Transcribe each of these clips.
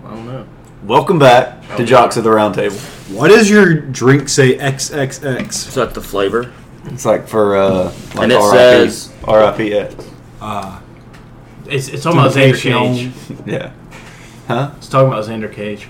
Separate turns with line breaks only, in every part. know.
Welcome back to Jocks of the Round Table.
Why does your drink say XXX?
Is that the flavor?
It's like for uh, like
And it
RIP,
says-
RIPX.
Ah,
It's, it's talking about Xander Cage.
Yeah. Huh?
It's talking about Xander Cage.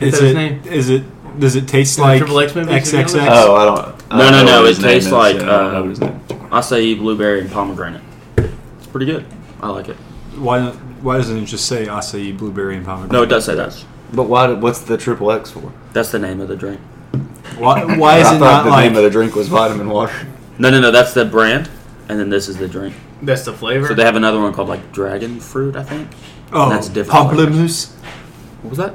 Is
that his name?
it? Is it? Does it taste
the
like
Triple X movie,
XXX?
to be
Oh, I don't. I
No, no,
don't know
no,
what
it
his name
tastes
is,
like,
yeah, I don't know
uh,
what his name is.
Acai, blueberry, and pomegranate. It's pretty good. I like it.
Oh.
Why? not- Why doesn't it just say acai, blueberry, and pomegranate?
No, it does say that.
But why? did- What's the triple X for?
That's the name of the drink.
Why, why is
I
it
thought
not
the
like?
name of the drink was vitamin water.
No, no, no. That's the brand, and then this is the drink.
That's the flavor.
So they have another one called like dragon fruit, I think.
oh,
that's different.
pamplemousse.
What was that?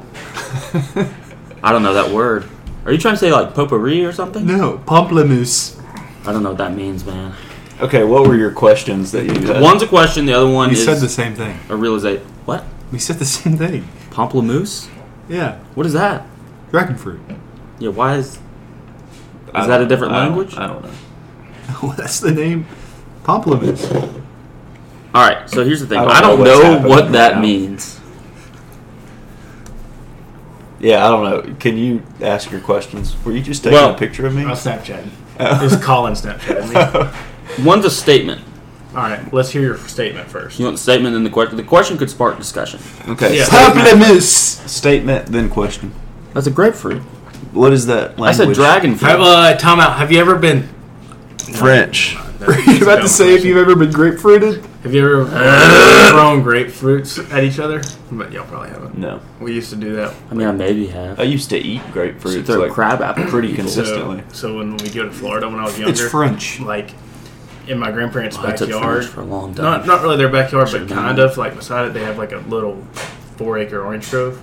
I don't know that word. Are you trying to say like potpourri or something?
no, pamplemousse.
I don't know what that means, man.
Okay, what were your questions that you had?
One's a question, the other one
We
is
said the same thing.
a realization. What?
We said the same thing.
Pomplamoose?
Yeah,
What is that?
dragon fruit.
Yeah, why is
I
is that a
don't-
different
I don't-
language?
I don't know.
Well, that's the name. Pamplemousse.
All right, so here's the thing.
I
I don't,
don't know what's
know,
happening
what that
right now.
means.
Yeah, I don't know. Can you ask your questions? Were you just taking
Well-
a picture of me?
I'm Snapchatting.
Oh.
It's Colin Snapchatting me.
One's a statement.
All right, let's hear your statement first.
You want the statement and the question. The question could spark discussion.
okay.
Yeah.
Pamplemousse. Statement, then question.
That's a grapefruit.
What is that language?
I said dragon fruit.
Have, uh, time out. Have you ever been?
French.
Were you about to say if you've ever been grapefruited?
Have you ever thrown grapefruits at each other? But y'all probably haven't.
No.
We used to do that.
I mean, I maybe have.
I used to eat grapefruit.
Throw crab apple.
pretty
So-
consistently.
So, when we go to Florida when I was younger,
It's French.
Um,
like in my grandparents'
I took French
backyard.
for a long time.
Not not really their backyard, but
Should've
kind
known.
of like beside it. They have like a little four acre orange grove,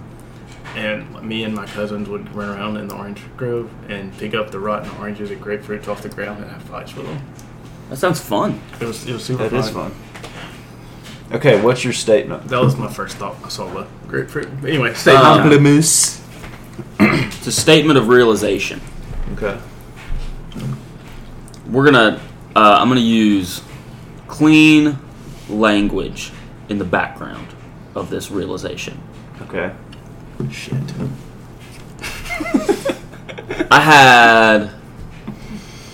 and me and my cousins would run around in the orange grove and pick up the rotten oranges and grapefruits off the ground and have fights with them.
that sounds fun.
It was it was super
That
fun.
is fun. Okay, what's your statement?
That was my first thought. when I saw the grapefruit. But anyway,
Uh,
statement.
Pamplemousse.
It's a statement of realization.
Okay.
We're gonna. Uh, I'm gonna use clean language in the background of this realization.
Okay.
Shit.
I had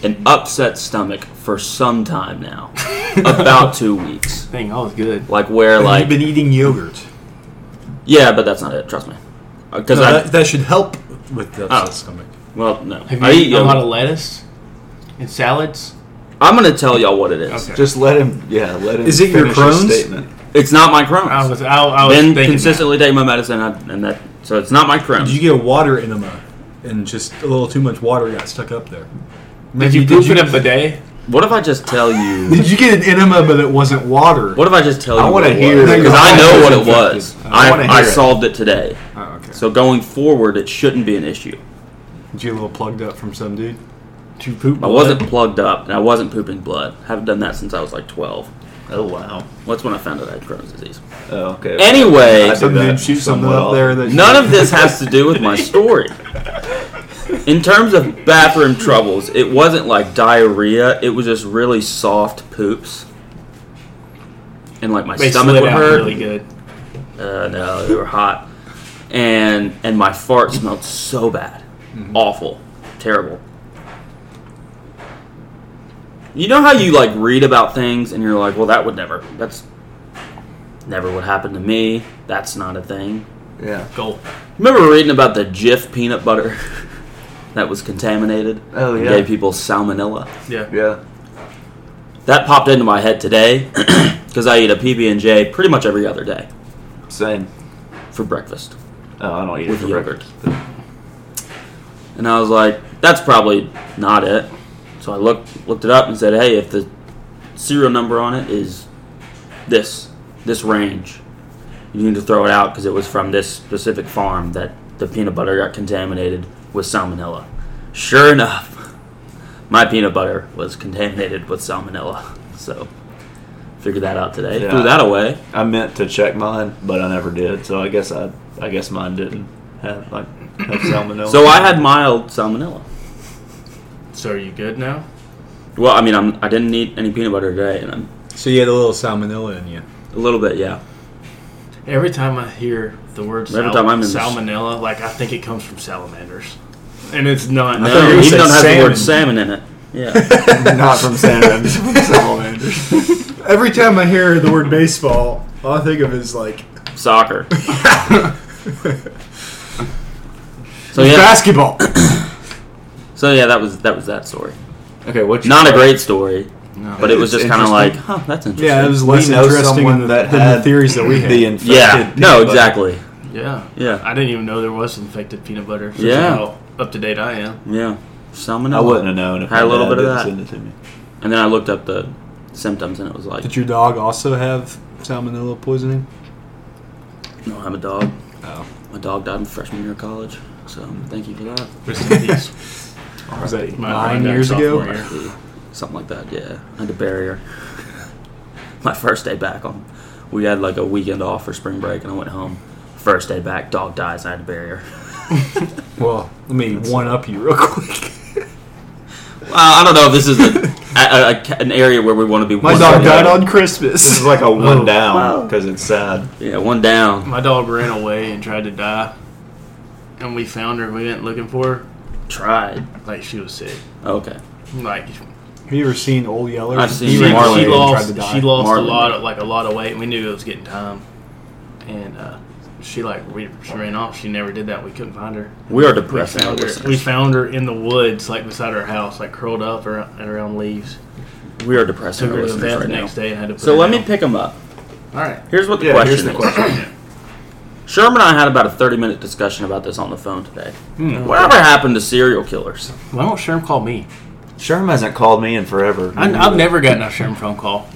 an upset stomach for some time now, about two weeks.
Dang, I was good.
Like where,
Have you
like
been eating yogurt?
yeah, but that's not it. Trust me. Because
No,
I
that, that should help with the upset
Oh.
stomach.
well no.
Have you
I eat
eaten a lot
yogurt.
of lettuce and salads?
I'm gonna tell y'all what it is.
Okay.
Just let him. Yeah, let him.
Is it your
finish his
Crohn's?
statement?
It's not my Crohn's.
I was I, I was
been
thinking that.
consistently taking my medicine, I, and that so it's not my Crohn's.
Did you get a water enema and just a little too much water got stuck up there?
Did
Maybe
you poop in a bidet?
what if I just tell you?
Did you get an enema but it wasn't water?
What if I just tell you?
I
want
wanna
to
hear-
because I know what it was.
I
I,
wanna
I,
hear it.
solved it today.
Oh, okay.
So going forward, it shouldn't be an issue.
Did you get a little plugged up from some dude?
Did you poop?
I wasn't plugged up, and I wasn't pooping blood. haven't done that since I was like 12.
Oh wow.
What's when I found out I had Crohn's disease.
Oh, okay.
Anyway,
I do
Some
that
dude shoot something
somewhat
up there that
none of this has to do with my story. In terms of bathroom troubles, it wasn't like diarrhea. It was just really soft poops, and like my
They
stomach
slid
would
out
hurt.
really good.
Uh, no, they were hot, and and my fart smelled so bad,
Mm-hmm.
awful, terrible. You know how you like read about things and you're like, well, that would never, that's never would happen to me. That's not a thing.
Yeah.
Goal.
Remember reading about the Jif peanut butter that was contaminated?
Oh,
and
yeah.
gave people salmonella.
Yeah.
Yeah.
That popped into my head today because I eat a PB and J pretty much every other day
Same.
for breakfast.
Oh, I don't eat it
With
for
yogurt.
breakfast.
And I was like, that's probably not it. So I looked looked it up and said, hey, if the serial number on it is this this range, you need to throw it out because it was from this specific farm that the peanut butter got contaminated with salmonella. Sure enough, my peanut butter was contaminated with salmonella. So figured that out today.
Yeah.
Threw that away.
I meant to check mine, but I never did. So I guess I, I guess mine didn't have like have salmonella.
So I had mild salmonella.
So are you good now?
Well, I mean, I'm, I didn't eat any peanut butter today, and I'm
So you had a little salmonella in you.
A little bit, yeah.
Every time I hear the word
Every
sal-
time I'm in this-
salmonella, like I think it comes from salamanders, and it's not.
No,
thought you were
even
saying
don't have the word salmon
salmon.
in it. Yeah.
Not from salamanders. From salamanders.
Every time I hear the word baseball, all I think of is like
Soccer. So yeah.
basketball.
So yeah, that was that was that story.
Okay, what's your
Not a great story,
No.
but it was
It's
just kind of like,
interesting.
huh, that's interesting.
yeah, it was
We
less
know
interesting
someone
than,
that
than the
had
theories that we had.
the infected.
yeah. No,
peanut butter.
exactly.
yeah,
Yeah.
I didn't even know there was infected peanut butter. That's
Yeah.
how up to date I am.
Yeah. Salmonella.
I wouldn't have known if
Had a
my
little
dad
bit of
didn't
that.
Send it to me.
And then I looked up the symptoms, and it was like,
Did your dog also have salmonella poisoning?
no, I'm a dog.
Oh.
My dog died in freshman year of college. So thank you for that.
Rest in peace.
Was that
My
nine
mom died
years ago?
sophomore year.
Something like that. Yeah. I had to bury her. My first day back on, we had like a weekend off for spring break, and I went home. First day back, dog dies. I had to bury her.
Well, let me one up you real quick.
Well, I don't know if this is a, a, a, an area where we want to be.
My
one
dog
down.
died on
This
Christmas.
is like a one
Oh.
down because it's sad.
Yeah, one down.
My dog ran away and tried to die, and we found her. We went looking for her.
Tried.
Like she was sick.
Okay.
Like
Have you ever seen Old Yeller?
I've seen
He
she,
Marley
ran away
Marley
she
and
lost,
tried to die.
she lost
Marley.
a lot of like a lot of weight. and We knew it was getting time, and uh, she like we, she ran off. She never did that. We couldn't find her.
We are
We
depressing. our
found her.
listeners.
We found her in the woods, like beside her house, like curled up ar- and around leaves.
we are depressing.
Took
Our
her to the
listeners
vet
right
the
now.
next day and had to. Put
So
her
let me
down.
pick them up.
All right.
Here's what the
Yeah,
question
here's the
is.
question.
Sherman and I had about a 30 minute discussion about this on the phone today.
Mm.
Hmm.
Whatever happened to serial killers?
Why don't Sherm call me?
Sherm hasn't called me in forever.
I, I've never gotten a Sherm phone call.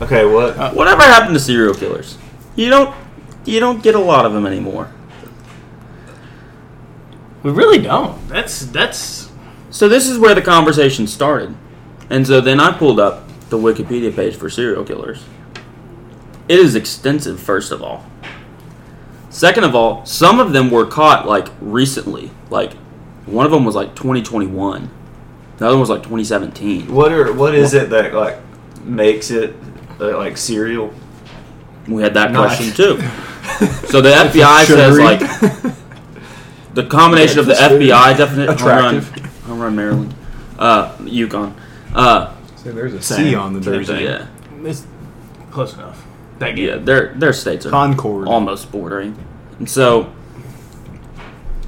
Okay, what?
Whatever happened to serial killers? You don't you don't get a lot of them anymore.
We really don't. That's that's
So this is where the conversation started. And so then I pulled up the Wikipedia page for serial killers. It is extensive first of all. Second of all, some of them were caught like recently. Like one of them was like 2021. The other one was like 2017.
What are? What is it that like makes it uh, like cereal?
We had that
Nice.
question too. So the FBI says
sugary.
like the combination of the
Breakfast food.
FBI definition.
Attractive.
Home run, home run Maryland, uh, Yukon. Uh,
Say there's a
Same.
C on the
Same
jersey.
thing.
yeah,
it's close enough. That
yeah,
game.
their their states are
Concord.
almost bordering, and so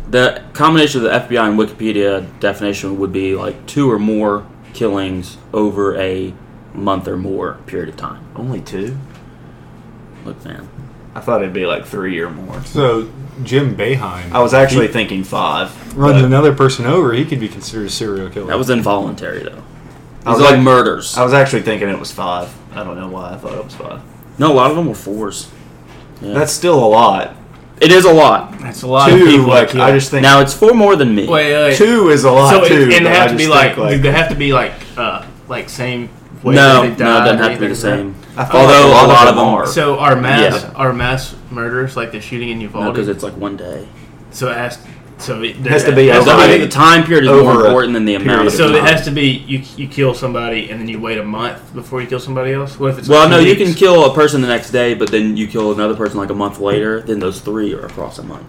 the combination of the FBI and Wikipedia definition would be like two or more killings over a month or more period of time.
Only two?
Look, man,
I thought it'd be like three or more.
So Jim Beheim
I was actually thinking five.
runs
but
another person over. He could be considered a serial killer.
that was involuntary though.
I
These are
was
like
like-
murders.
I was actually thinking it was five. I don't know why I thought it was five.
No, a lot of them were fours. Yeah.
That's still a lot.
It is a lot.
That's a lot of
Two,
people.
like
that
I
kill.
just think
Now it's four more than me.
wait, uh, wait, wait.
two is a lot
so
too.
it, and
but
they
I
have to
just
be
think,
like, do they have to be like uh like same way
no,
that
no,
they
it
died
doesn't
or
have to be the
anything like
same.
I feel
Although
like
a lot of them are.
that? So our mass
Yeah.
our mass murders like the shooting in Uvalde.
because it's like one day.
so it has so it
Has to be
there-
So
over
I think
a-
the time period is more
over a
important than the amount of
period.
So
time.
it has to be you you kill somebody and then you wait a month before you kill somebody else. What if it's
well,
two
no, you
weeks?
can kill a person the next day, but then you kill another person like a month later. Then those three are across a month.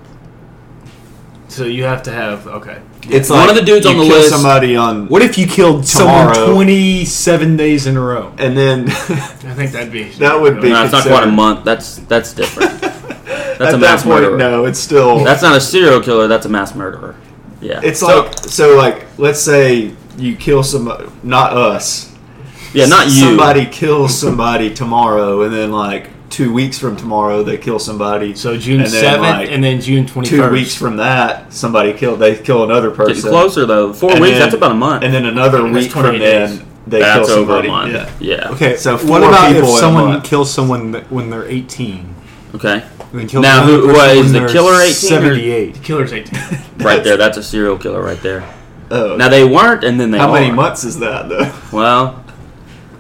So you have to have okay.
It's
One
like
of the dudes
you
on the
kill
list-
Somebody on
What if you killed
Tomorrow.
someone 27 days in a row?
and then
I think that'd be
That would be-
No, it's not quite a
considered-
month. That's that's different. that's
at
a
that
mass
point
murderer.
no, it's still
That's not a serial killer. That's a mass murderer. Yeah,
It's
So-
like so like let's say you kill some not us.
yeah, not you.
Somebody kills somebody tomorrow and then like 2 weeks from tomorrow they kill somebody.
So June
and then,
seventh
like,
and then June twenty
2
first.
weeks from that somebody kill they kill another person.
Getting closer though. Four
And
weeks.
then-
that's about a month.
And then another
That's
week from
28 days.
then they
that's
kill
over
somebody.
a month.
Yeah.
yeah.
Okay, so
So four
what about if
people in a
someone
month.
kills someone that when they're 18?
Okay.
and then kills
Now,
another
who-
person
what,
when
is the
they're
killer 18 or-
78.
Killer's eighteen.
Right there. That's a serial killer right there.
Oh.
Now they weren't, and then they
how many
are.
months is that though?
Well,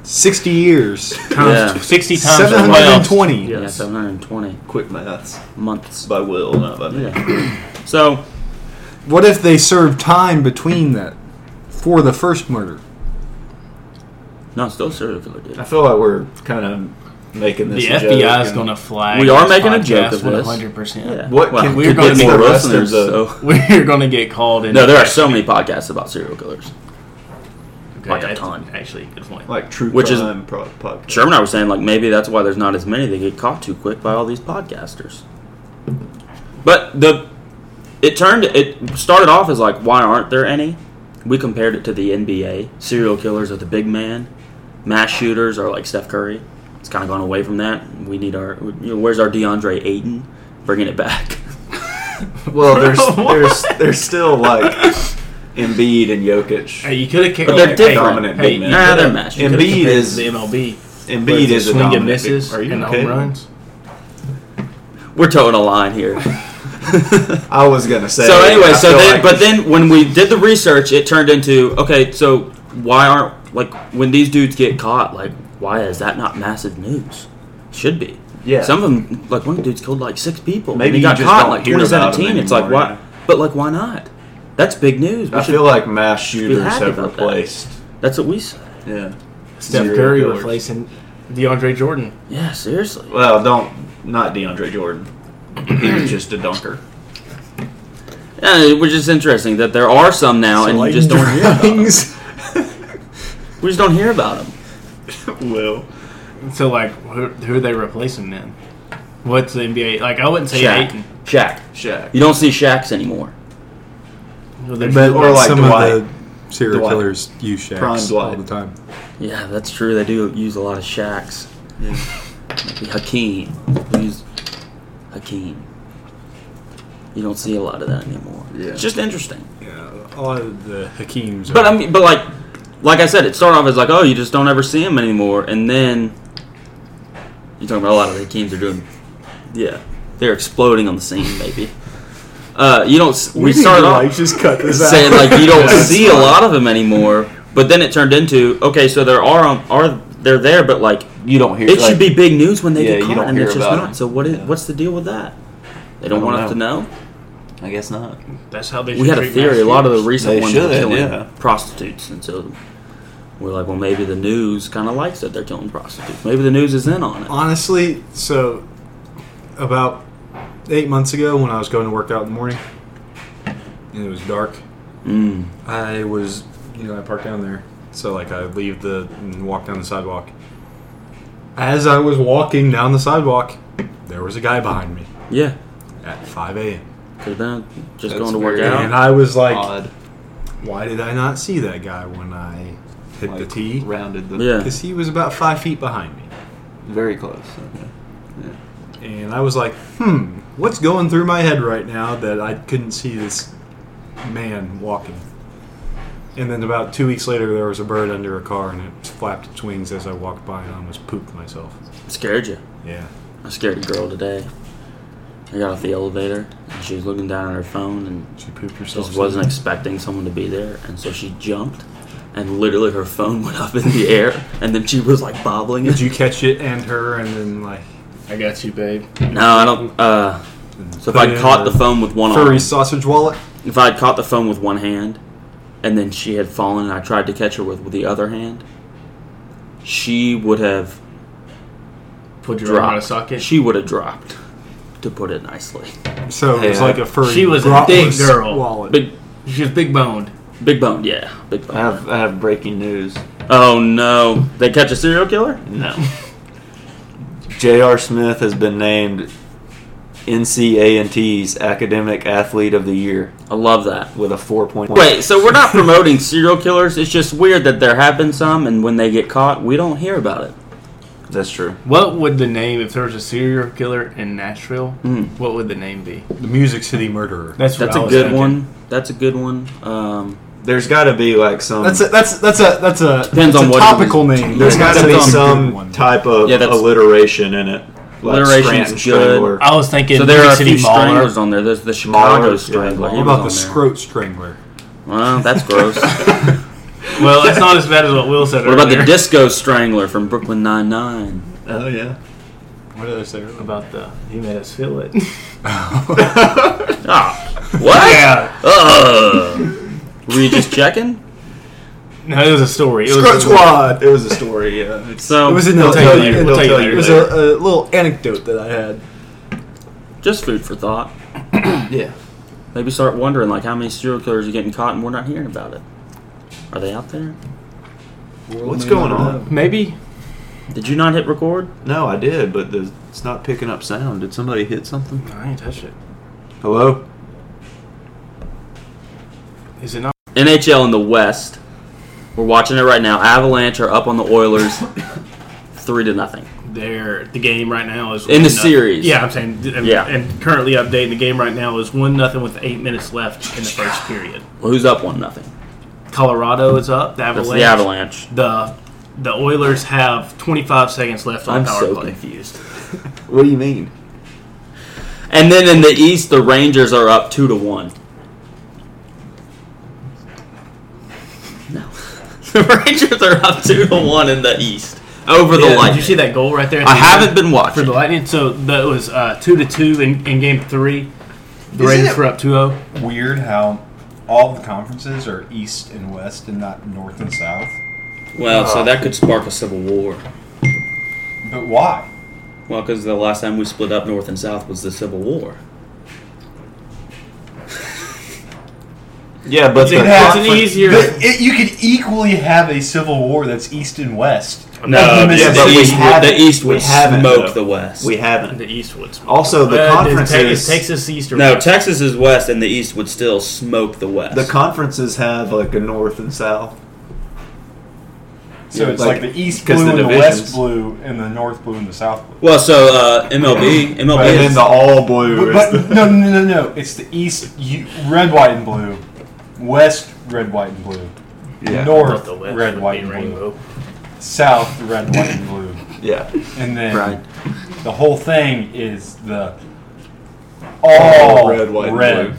60 years.
Yeah.
times sixty times twelve.
720.
yeah, 720
Quick maths
months.
by will, not by me.
Yeah. So,
What if they serve time between that for the first murder?
no, it's still a serial killer, dude.
I feel like we're kind of making
The
this. a joke
FBI is
and-
going to flag.
We are making a
podcast
joke of this.
100%.
Yeah.
What
Well,
can
we could
we're gonna
get
be
more
the rest
listeners.
of the-
so.
We're going to get called in.
No, there are so many podcasts about serial killers.
Okay,
like a
that's
ton.
Actually, good point.
like true
Which is-
crime pro- podcast.
Sherman and I were saying like maybe that's why there's not as many. They get caught too quick by all these podcasters. But the it turned it started off as like why aren't there any? We compared it to the NBA. Serial killers are the big man. Mass shooters are like Steph Curry. It's kind of gone away from that. We need our you know, where's our DeAndre Ayton? Bringing it back.
Well, there's there's there's still like Embiid and Jokic.
Hey, you could have kicked.
But they're
hey,
different.
Dominant
Hey,
big
you
man.
Nah,
coulda-
they're matched.
you coulda
Embiid
compared
is-
the MLB.
Embiid is a
swing
dominant
and misses
big- Are you
and
kidding?
home runs.
We're towing a line here.
I was gonna say.
so anyway,
I
so
feel
then,
like-
but then when we did the research, it turned into okay. So why aren't like when these dudes get caught, like why is that not massive news? Should be.
Yeah.
Some of them, like one of the dudes killed like six people.
Maybe
Maybe he
you
got
just
caught
don't
like
hear about
2017.
them
It's like
anymore,
why?
yeah.
But like why not? That's big news. We
I
should-
feel like mass shooters
happy
have
about that.
replaced.
that's what we said.
Yeah.
Steph
Zero
Curry
killers.
replacing DeAndre Jordan.
Yeah, seriously.
Well, don't not DeAndre Jordan. He was just a dunker.
Yeah, it was just interesting that there are some now, Oh, and you just don't. Hear about 'em.
things.
We just don't hear about them.
Well,
So like, who, who are they replacing then? What's the NBA? Like, I wouldn't say
Shaq.
Ayton.
Shaq.
Shaq.
You don't see Shaqs anymore.
Well, there's-
But- Or like
some
Dwight.
of the serial
Dwight.
killers use
Prime
shacks
Dwight.
all the time.
Yeah, that's true. They do use a lot of Shaqs.
Yeah.
Hakeem. Who's Hakeem? You don't see a lot of that anymore.
Yeah.
It's just interesting.
Yeah, a lot of the Hakeem's.
But I mean, but like, like I said, it started off as like, oh, you just don't ever see him anymore, and then you're talking about a lot of the Hakeems are doing, yeah, they're exploding on the scene. Maybe uh, you don't. s- We started off
just cut this
saying like you don't
Yeah,
see a lot of them anymore. But then it turned into okay, so there are um, are they're there, but like
You don't hear.
it should be big news when they
Yeah,
get
you
caught,
don't
and
hear
it's just
about
not.
it.
So what is
Yeah.
what's the deal with that? They don't,
I don't
want us to know.
I guess not.
that's how they.
We had a
treat
theory. A
mass
lot of the
shooters.
recent
They
ones
should,
were killing
yeah.
prostitutes, and so we're like, well, maybe the news kind of likes that they're killing prostitutes. Maybe the news is in on it.
honestly, so about eight months ago, when I was going to work out in the morning, and it was dark,
Mm.
I was, you know, I parked down there. So, like, I leave the and walk down the sidewalk. As I was walking down the sidewalk, there was a guy behind me
Yeah,
at 5 a.m.
because then just
That's
going to work
very-
out.
And I was like,
Odd.
why did I not see that guy when I hit the
like,
tee?
Rounded the.
Yeah.
Because he was about five feet behind me.
Very close. Okay. Yeah.
And I was like, hmm, what's going through my head right now that I couldn't see this man walking? And then about two weeks later, there was a bird under a car and it flapped its wings as I walked by and I almost pooped myself.
Scared you.
Yeah.
I scared a girl today. I got off the elevator, and she was looking down at her phone, and
She pooped herself.
just wasn't expecting someone to be there, and so she jumped, and literally her phone went up in the air, and then she was like bobbling.
Did
it.
you catch it and her and then, like,
I got you, babe.
No, I don't. Uh, so if I caught the phone with one
furry
arm,
sausage wallet?
if I caught the phone with one hand, and then she had fallen, and I tried to catch her with, with the other hand, she would have
Put your arm out of
dropped.
socket.
She would have dropped, to put it nicely.
So it was
Yeah.
like a furry
She was a big
grotless
girl.
wallet.
Big,
She was big boned.
big boned, yeah, big
I
boned.
have I have breaking news.
Oh no, they catch a serial killer.
No. J.R. Smith has been named NCANT's Academic Athlete of the Year
I love that.
with a 4.1.
Wait, so we're not promoting serial killers. It's just weird that there have been some, and when they get caught, we don't hear about it.
That's true.
What would the name if there was a serial killer in Nashville?
Mm.
What would the name be?
The Music City Murderer.
That's
That's a good one. That's a good one. Um,
There's got to be like some.
That's a, that's that's a that's a
Depends
that's
on
a
what it
topical
is.
name.
there's got to be
That's a
good one.
some type of
Yeah, that's-
alliteration in it.
Alliteration's good. Oh.
I was thinking.
so there are a
City
few
Mauler.
stranglers on there. There's the Chicago
Mauler, yeah,
Strangler. He
What
was
about
on
the
there.
Scroat Strangler?
Well, that's gross. what
Well, it's not as bad as what Will said.
about the
earlier.
Disco Strangler from Brooklyn Nine Nine?
Oh yeah.
What did I say?
About the he made us feel it.
Ah, what?
yeah.
Ugh. Were you just checking?
No, it was a story. It was
Scrub
a-
Squad. It was a story. Yeah. It's-
So-
it was an
We'll
it'll
tell you
tell
later.
you-
We'll
it'll
tell you
tell you.
later
It was a, a little anecdote that I had.
Just food for thought.
Yeah.
Maybe start wondering like how many serial killers are getting caught and we're not hearing about it. Are they out there?
What's going on?
Maybe.
Did you not hit record?
No, I did, but the, it's not picking up sound. Did somebody hit something?
I ain't touched it.
Hello?
Is it not?
NHL in the West. We're watching it right now. Avalanche are up on the Oilers, three to nothing.
There, the game right now is
In the
one nothing.
series.
Yeah, I'm saying. th- And,
Yeah.
and currently updating the game right now is one nothing with eight minutes left in the first period.
Well, who's up one nothing?
Colorado is up. The
That's
Avalanche.
the Avalanche.
The the Oilers have 25 seconds left on
I'm
the power
so
play.
confused.
What do you mean?
And then in the East, the Rangers are up two to one. No, the Rangers are up two to one in the East over the
Yeah,
Lightning.
Did you see that goal right there?
I haven't been
for
watching.
the Lightning. So that was uh, two to two in, in game three. The
Isn't
Rangers
it-
were up oh. 2-0.
Weird how all the conferences are east and west and not north and south.
Well, so that could spark a civil war.
But why?
Well, because the last time we split up North and South was the Civil War.
Yeah, but
It's,
the,
an- it's an easier.
But it, you could equally have a civil war that's east and west.
No,
Yeah,
the,
but we
East, would- the
haven't.
East would
We haven't,
smoke
though.
the West.
we haven't.
the Eastwoods.
Also, the
Uh,
conferences-
Texas, Texas East or
no,
West?
Texas is West, and the East would still smoke the West.
The conferences have like a north and south.
So
Yeah,
it's like,
like-
the east
'cause
blue
the
and the
divisions.
west blue and the north blue and the south blue.
well, so uh, MLB, MLB,
And
is-
then the all blue
But,
is
but
the-
no, no, no, no. It's the east you, red, white, and blue. West red, white, and blue.
yeah.
I thought
North
the West
red,
would
white,
be
and blue.
rainbow.
South red, white, and blue.
Yeah.
And then
Right.
the whole thing is the all,
red, white, and
red,
blue.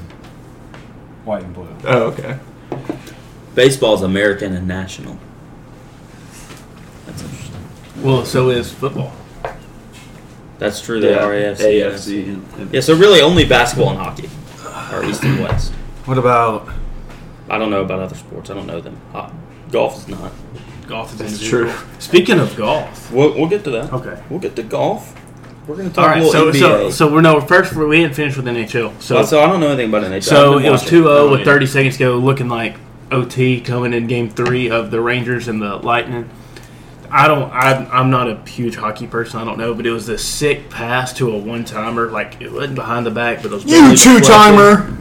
white, and blue.
Oh, okay.
baseball is American and national. That's interesting.
Well, so is football.
That's true. They are AFC.
AFC. And, and-
Yeah, so really only basketball and hockey are East and West.
What about
I don't know about other sports. I don't know them. Ho- golf is not.
Golf is
That's
individual.
true.
Speaking of golf,
We'll, we'll get to that.
Okay.
We'll get to golf. We're gonna talk
all right.
a little
So,
NBA.
so so we're no first. We're, we didn't finish with NHL. So
so I don't know anything about NHL.
So
I've been
it was
watching.
2 0 with
Oh,
30 seconds to go, looking like OT coming in game three of the Rangers and the Lightning. I don't. I, I'm not a huge hockey person. I don't know, but it was this sick pass to a one timer. Like it wasn't behind the back, but it was
you, two timer?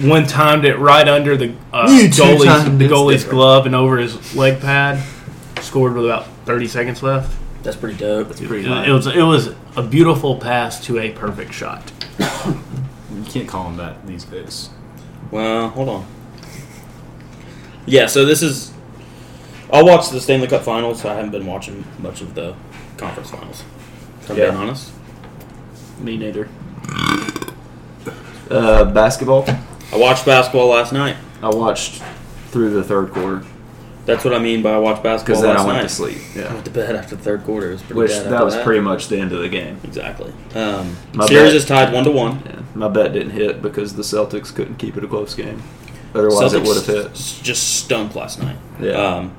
one timed it right under the uh,
You
goalie's
two-timed
the
it.
goalie's glove and over his leg pad. Scored with about 30 seconds left.
yeah. That's pretty dope.
pretty
It was it was a beautiful pass to a perfect shot.
You can't call him that these days.
Well, hold on. Yeah, so this is. I'll watch the Stanley Cup Finals. I haven't been watching much of the conference finals. If I'm being
Yeah.
honest.
Me neither.
Uh, basketball.
I watched basketball last night.
I watched through the third quarter
That's what I mean by I watched basketball
because then
last
I went
night.
to sleep.
I
Yeah.
went to bed after the third quarter. It was pretty
Which
bad
that
after
was pretty much the end of the game.
Exactly. Um,
My
series
bad.
is tied one to one.
Yeah. My bet didn't hit because the Celtics couldn't keep it a close game. Otherwise, it would have hit.
s- just stunk last night.
Yeah.
Um,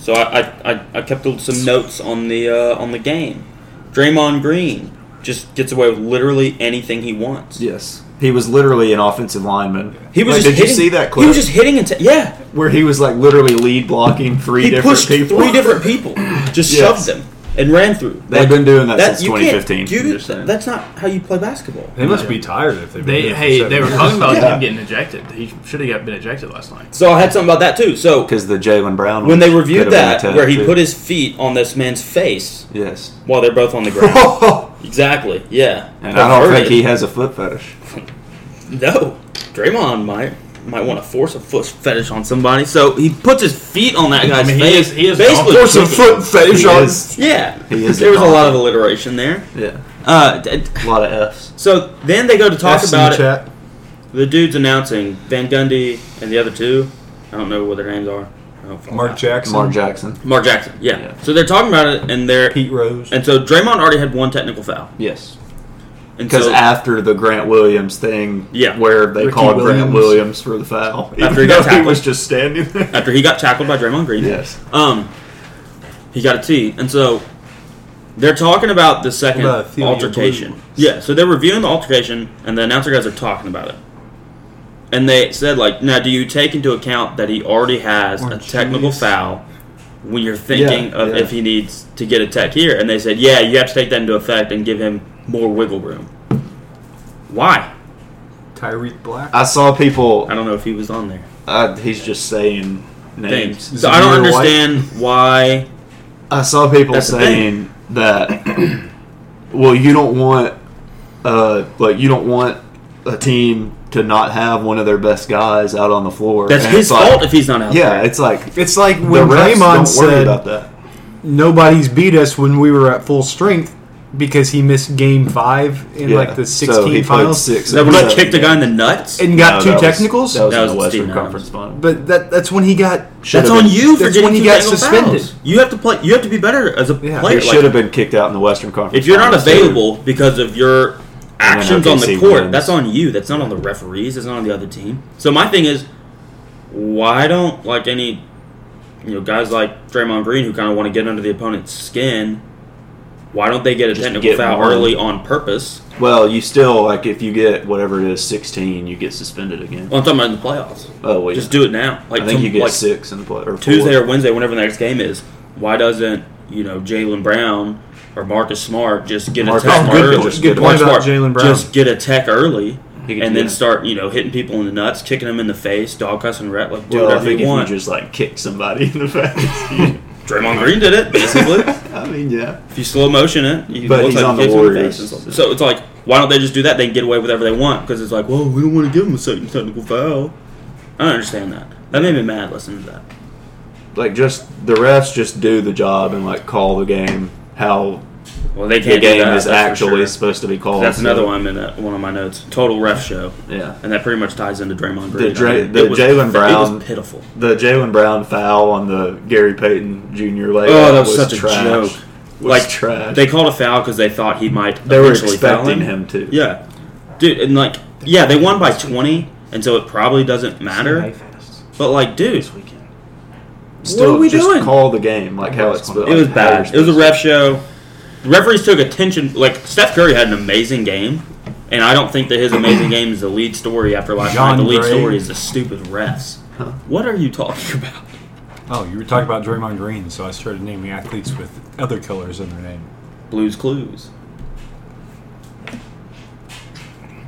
so I, I, I, I kept some notes on the uh, on the game. Draymond Green just gets away with literally anything he wants.
Yes, he was literally an offensive lineman.
He was just
Like, did
hitting,
you see that
He
clip
was just hitting and ta- yeah.
where he was like literally lead blocking three
He
different
pushed
people?
three different people, just
Yes.
shoved them and ran through.
They've been doing that, since
you can't
2015.
do
I'm
that.
just saying.
that's not how you play basketball.
They must be tired if they've been
They
doing it for
hey,
seven
they were
years.
talking about
Yeah.
him getting ejected. He should have got been ejected last night.
So I had something about that too. So
because the Jalen Brown
when
one
they reviewed
could
that,
have been a
where he
tap,
put
too.
his feet on this man's face
yes,
while they're both on the ground.
and
exactly. Yeah.
I don't think
Perverted.
he has a foot fetish.
No, Draymond might might want to force a foot fetish on somebody. So he puts his feet on that guy's
mean, he
face.
is- he is
basically
awful.
Force a
kicking.
foot fetish
He
on.
is-
Yeah,
He is
there was a lot of
awful.
alliteration there.
Yeah,
Uh, d- d-
a lot of f's.
so then they go to talk
F's in
about
the
it.
chat.
The dude's announcing Van Gundy and the other two. I don't know what their names are. I don't follow
Mark
that.
Jackson.
Mark Jackson.
Mark Jackson. Yeah.
Yeah.
So they're talking about it, and they're
Pete Rose.
and so Draymond already had one technical foul.
Yes,
And
Because
so-
after the Grant Williams thing,
Yeah.
where they
Ricky
called Grant
Williams.
Williams for the foul, even
After he got
though
tackled.
was just standing there.
after he got tackled by Draymond Green.
Yes.
Um, he got a T, and so they're talking about the second
About Theo
altercation.
Blue.
Yeah, so they're reviewing the altercation, and the announcer guys are talking about it. And they said, like, now, do you take into account that he already has a
Orange
technical
juice.
foul when you're thinking
Yeah,
of
yeah.
if he needs to get a tech here? And they said, yeah, you have to take that into effect and give him more wiggle room. Why?
Tyreek Black.
I saw people.
I don't know if he was on there.
Uh, he's just saying names.
Things. So I don't
Zamir White?
understand why.
I saw people
That's the
saying that. Well, you don't want, uh, like you don't want a team to not have one of their best guys out on the floor.
That's
And
his
it's like-
fault if he's not out there.
Yeah, it's like
It's like
the
when
refs
Draymond
don't worry
said
about that.
nobody's beat us when we were at full strength because he missed game five in
Yeah,
like the
so
16
he played
finals
six
Is that when
and
I
seven.
kicked a guy in the nuts?
and got
No,
two
that was-
technicals.
that was,
That
in
was
the
the
Western
Steelers.
Conference final.
but that that's when he got.
That's
Should've
on
been-
you for
That's
getting
when he
two
got
technical
suspended.
fouls. You have to play. You have to be better as a
Yeah.
player.
He
Like,
should have been kicked out in the Western Conference.
if you're not
finals, too.
available because of your actions on the
OKC
court,
wins.
that's on you. That's not on the referees. That's not on the other team. So my thing is, why don't like any, you know, guys like Draymond Green who kind of want to get under the opponent's skin? Why don't they get a
Just
technical
get
foul
one.
early on purpose?
Well, you still like if you get whatever it is, sixteen, you get suspended again.
Well, I'm talking about in the playoffs.
Oh wait,
Just do it now. Like
I think
some-
you get
like,
six in the play or
Tuesday
four.
or Wednesday, whenever the next game is, why doesn't you know Jalen Brown or Marcus Smart just get
Marcus
a tech
Smart
early?
could
good,
just
good
get
point
Marcus
about
Smart,
Jalen Brown.
Just get a tech early,
He could
and
do
then
that.
start you know hitting people in the nuts, kicking them in the face, dog cussing, rat like do
Well, I
whatever
think
you
if
want.
you just like kick somebody in the face, you-
Draymond Green did it basically.
I mean, yeah.
if you slow motion it, you
But
it looks
he's
like
on
he
the
kicks him in
Warriors,
face and stuff.
so-
So it's like, why don't they just do that? They can get away with whatever they want because it's like, well, we don't want to give him a second technical foul. I don't understand that. That made me mad listening to that.
Like just the refs just do the job and like call the game how
Well, they
the
can't. do
game
that,
is
that's for
actually
sure.
supposed to be called.
That's
so-
another one in that, one of my notes. Total ref show,
Yeah.
and that pretty much ties into Draymond Green.
Dra-
I mean,
the
it was-
Jaylen
It
Brown-
was pitiful.
The Jalen Brown foul on the Gary Payton Jr. layup
Oh, that was, such
trash.
a joke.
Was
like
trash.
They called a foul because they thought he might.
They were
eventually foul
expecting him to.
Yeah, dude, and like, yeah, they won by twenty, and so it probably doesn't matter. But like, dude,
this weekend.
Still,
what are we
just
doing?
call the game like how it's.
It was bad. It was a ref show. The referees took attention. Like Steph Curry had an amazing game, and I don't think that his amazing game is the lead story after last
John
night. The lead
Gray.
story is the stupid refs. What are you talking about?
Oh, you were talking about Draymond Green, so I started naming athletes with other colors in their name.
Blues Clues.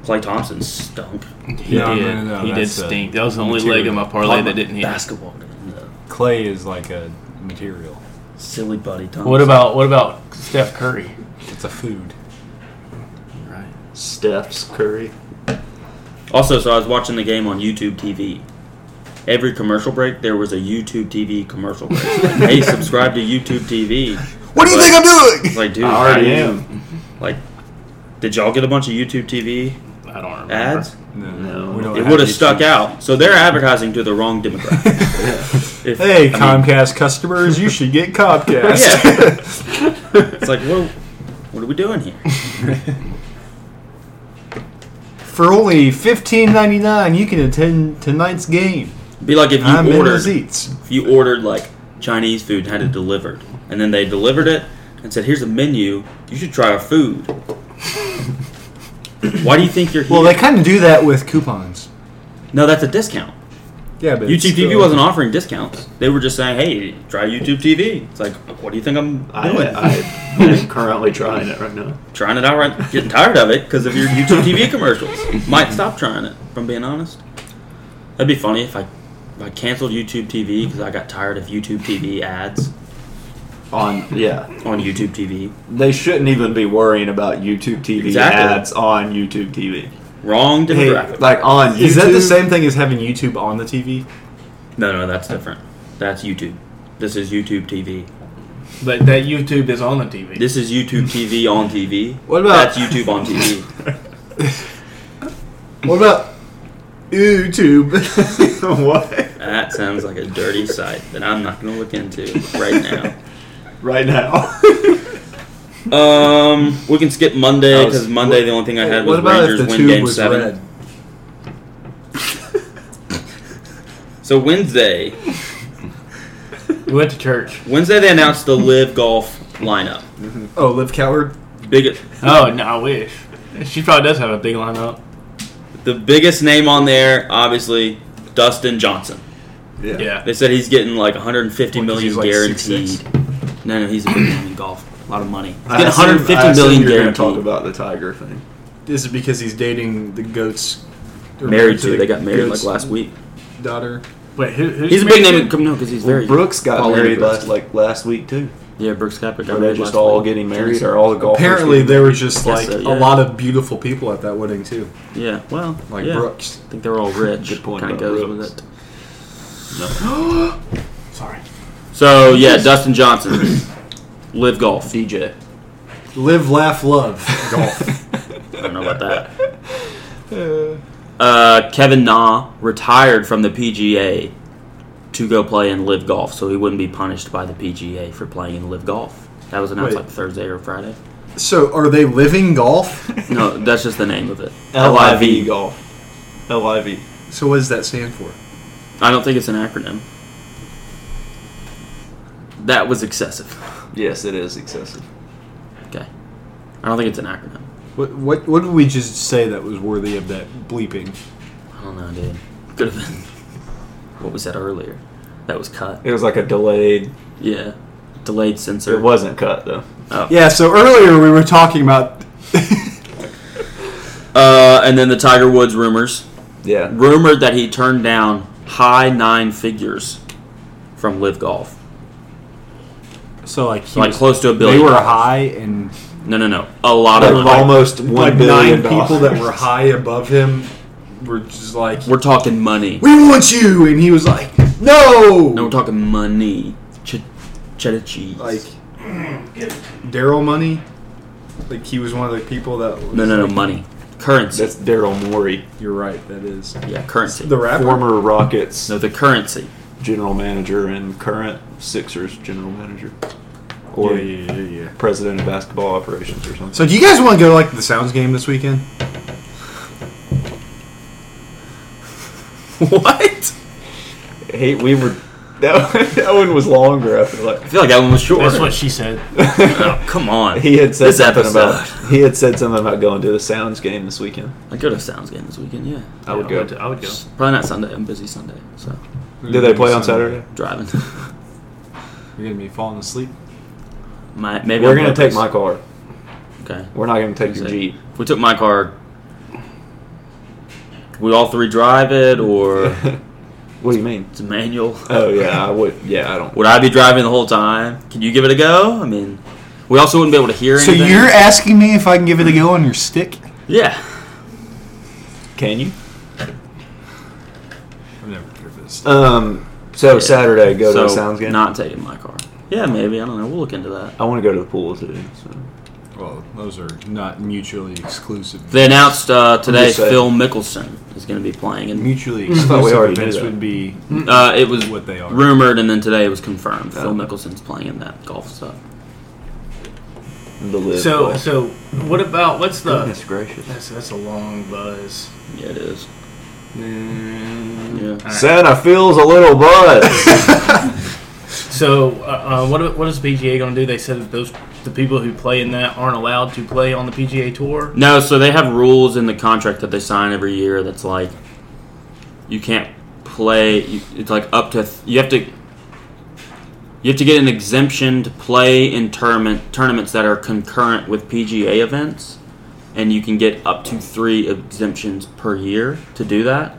Clay Thompson stunk.
He
No, no,
did.
no, no,
he did
that's, uh,
stink. That was the only
material.
leg of my parlay that didn't hit.
basketball. game, though.
Clay is like a material.
Silly buddy Thompson.
What about what about Steph Curry?
It's a food.
Right.
Steph's Curry.
Also, so I was watching the game on YouTube TV. Every commercial break, there was a YouTube TV commercial break. It's like, hey, subscribe to YouTube TV.
What do you
Like-
think I'm doing?
It's Like, dude,
I already
how do you-
am.
Like, did y'all get a bunch of YouTube TV
I don't remember.
ads?
No.
we don't
It would have
YouTube.
stuck out. So they're advertising to the wrong demographic. If-
Hey,
I mean,
Comcast customers, you should get Comcast.
Yeah. it's like, well, what are we doing here?
For only fifteen ninety nine, you can attend tonight's game.
Be like if you
I'm in the
ordered,
seats.
if you ordered like Chinese food and had it delivered, and then they delivered it and said, "Here's a menu. You should try our food." Why do you think you're here?
Well, they kind of do that with coupons.
no, that's a discount.
Yeah, but
YouTube TV wasn't offering discounts. They were just saying, "Hey, try YouTube TV." It's like, what do you think I'm
I,
doing?
I am currently trying it right now.
trying it out right getting tired of it because of your youtube tv commercials might stop trying it if i'm being honest that'd be funny if i if i canceled youtube tv because i got tired of youtube tv ads
On yeah,
on youtube tv
they shouldn't even be worrying about YouTube TV
Exactly.
ads on YouTube TV.
wrong
Hey,
demographic
Like on YouTube.
Is that the same thing as having YouTube on the TV?
no no that's different that's youtube this is youtube tv
But that YouTube is on the TV.
this is youtube tv on tv
What about-
that's youtube on tv
What about YouTube?
what?
that sounds like a dirty site that i'm not going to look into right now
Right now.
Um, we can skip Monday
That was-
because Monday the only thing I had was
what about
Rangers
if the
win
tube
game
was
seven.
red?
So Wednesday,
We went to church.
Wednesday they announced the Live Golf lineup.
Oh, Liv Coward.
Big,
Oh no, I wish. She probably does have a big lineup.
the biggest name on there, obviously, Dustin Johnson.
Yeah.
They said he's getting like 150
Well, 'cause
million
he's like
guaranteed.
6'6".
No, no, he's a big name in golf. A lot of money. He's
I
getting
assume-
150
I assume
million
you're gonna
guaranteed.
Talk about the tiger thing.
Is it because he's dating the goat's or
married to. They got married like
goat's
last week.
Daughter.
Wait, who? Who's
He's a big name.
married
in- Come no, because he's
Well,
very.
Brooks got
Paul
married
Brooks.
last like last week too.
Yeah, Brooks Koepka got
Are they
married
just
last
all
week.
getting married? Or all the golfers?
Apparently,
getting-
there was just
Guess
like
so,
a
uh, yeah.
lot of beautiful people at that wedding too,
Yeah. Well.
like
yeah.
Brooks.
I think they're all rich.
Good point
Kind of
about
goes
Brooks.
with it.
to- Sorry.
So yeah, Dustin Johnson, live golf DJ.
Live, laugh, love, golf.
I don't know about that. Uh, Kevin Na retired from the PGA to go play in live golf, so he wouldn't be punished by the PGA for playing in live golf. That was announced
Wait.
like Thursday or Friday.
so, are they living golf?
No, that's just the name of it.
LIV golf. LIV.
So, what does that stand for?
I don't think it's an acronym. That was excessive.
Yes, it is excessive.
Okay. I don't think it's an acronym.
What what what did we just say that was worthy of that bleeping?
I don't know, dude. Could have been what we said earlier. That was cut.
It was like a delayed.
Yeah. Delayed censor.
It wasn't cut though.
Oh.
Yeah. So earlier we were talking about.
Uh, and then the Tiger Woods rumors.
Yeah.
Rumored that he turned down high nine figures from Live Golf.
So like he
Like
was-
close to a
they
billion.
were high and
No, no, no. A lot
Like
of money.
almost one
like
billion
nine people that were
dollars.
high above him were just like,
We're talking money.
"We want you," and he was like, "No."
No, we're talking money. Ch- cheddar cheese.
like Daryl Money. Like he was one of the people that. Was,
no, no, no. Money. Currency.
That's Daryl Morey,
You're right. That is
Yeah, currency.
the rapper.
former Rockets
No, the currency.
general manager and current Sixers general manager,
Yeah,
or
yeah, yeah, yeah.
president of basketball operations or something.
So, do you guys want to go to, like the Sounds game this weekend?
what?
Hey, we were that one, that one was longer. I feel like
I feel like that one was short.
That's what she said.
Oh, come on.
he had said
This
something
episode.
about he had said something about going to the Sounds game this weekend.
I go to a Sounds game this weekend. Yeah,
I would
Yeah,
go.
to- I would go.
probably not Sunday. I'm busy Sunday, so
Did they play on Saturday?
driving.
You're gonna be falling asleep.
my maybe
We're
on
gonna take
purpose.
my car.
Okay,
We're not gonna take
Is
your
it-
Jeep.
if we took my car, could we all three drive it, or
What do you mean?
it's a manual?
Oh yeah, I would. Yeah, I don't.
Would I be driving the whole time? Can you give it a go? I mean, we also wouldn't be able to hear
So
anything.
you're asking me if I can give it a go on your stick?
yeah.
Can you?
I've never heard this.
Um. So
Yeah.
Saturday, go
so
to the Sounds game.
Not taking my car. Yeah, maybe I don't know. We'll look into that.
I want to go to the pool too. So.
Well, those are not mutually exclusive.
They announced uh, today
just saying.
Phil Mickelson is going to be playing, and
mutually
thought we
exclusive
already
events
knew that.
would be
Uh, it was
What they are.
rumored, and then today it was confirmed.
Oh.
Phil Mickelson's playing in that golf stuff.
The live.
So
golf.
so what about what's the?
Goodness gracious.
That's that's a long buzz.
Yeah, it is.
Mm,
Yeah.
all right.
Santa feels a little buzz.
So, uh, uh, what what is the PGA going to do? They said that those the people who play in that aren't allowed to play on the PGA Tour.
No, so they have rules in the contract that they sign every year. That's like you can't play. You, it's like up to you have to you have to get an exemption to play in tournament tournaments that are concurrent with PGA events, and you can get up to three exemptions per year to do that.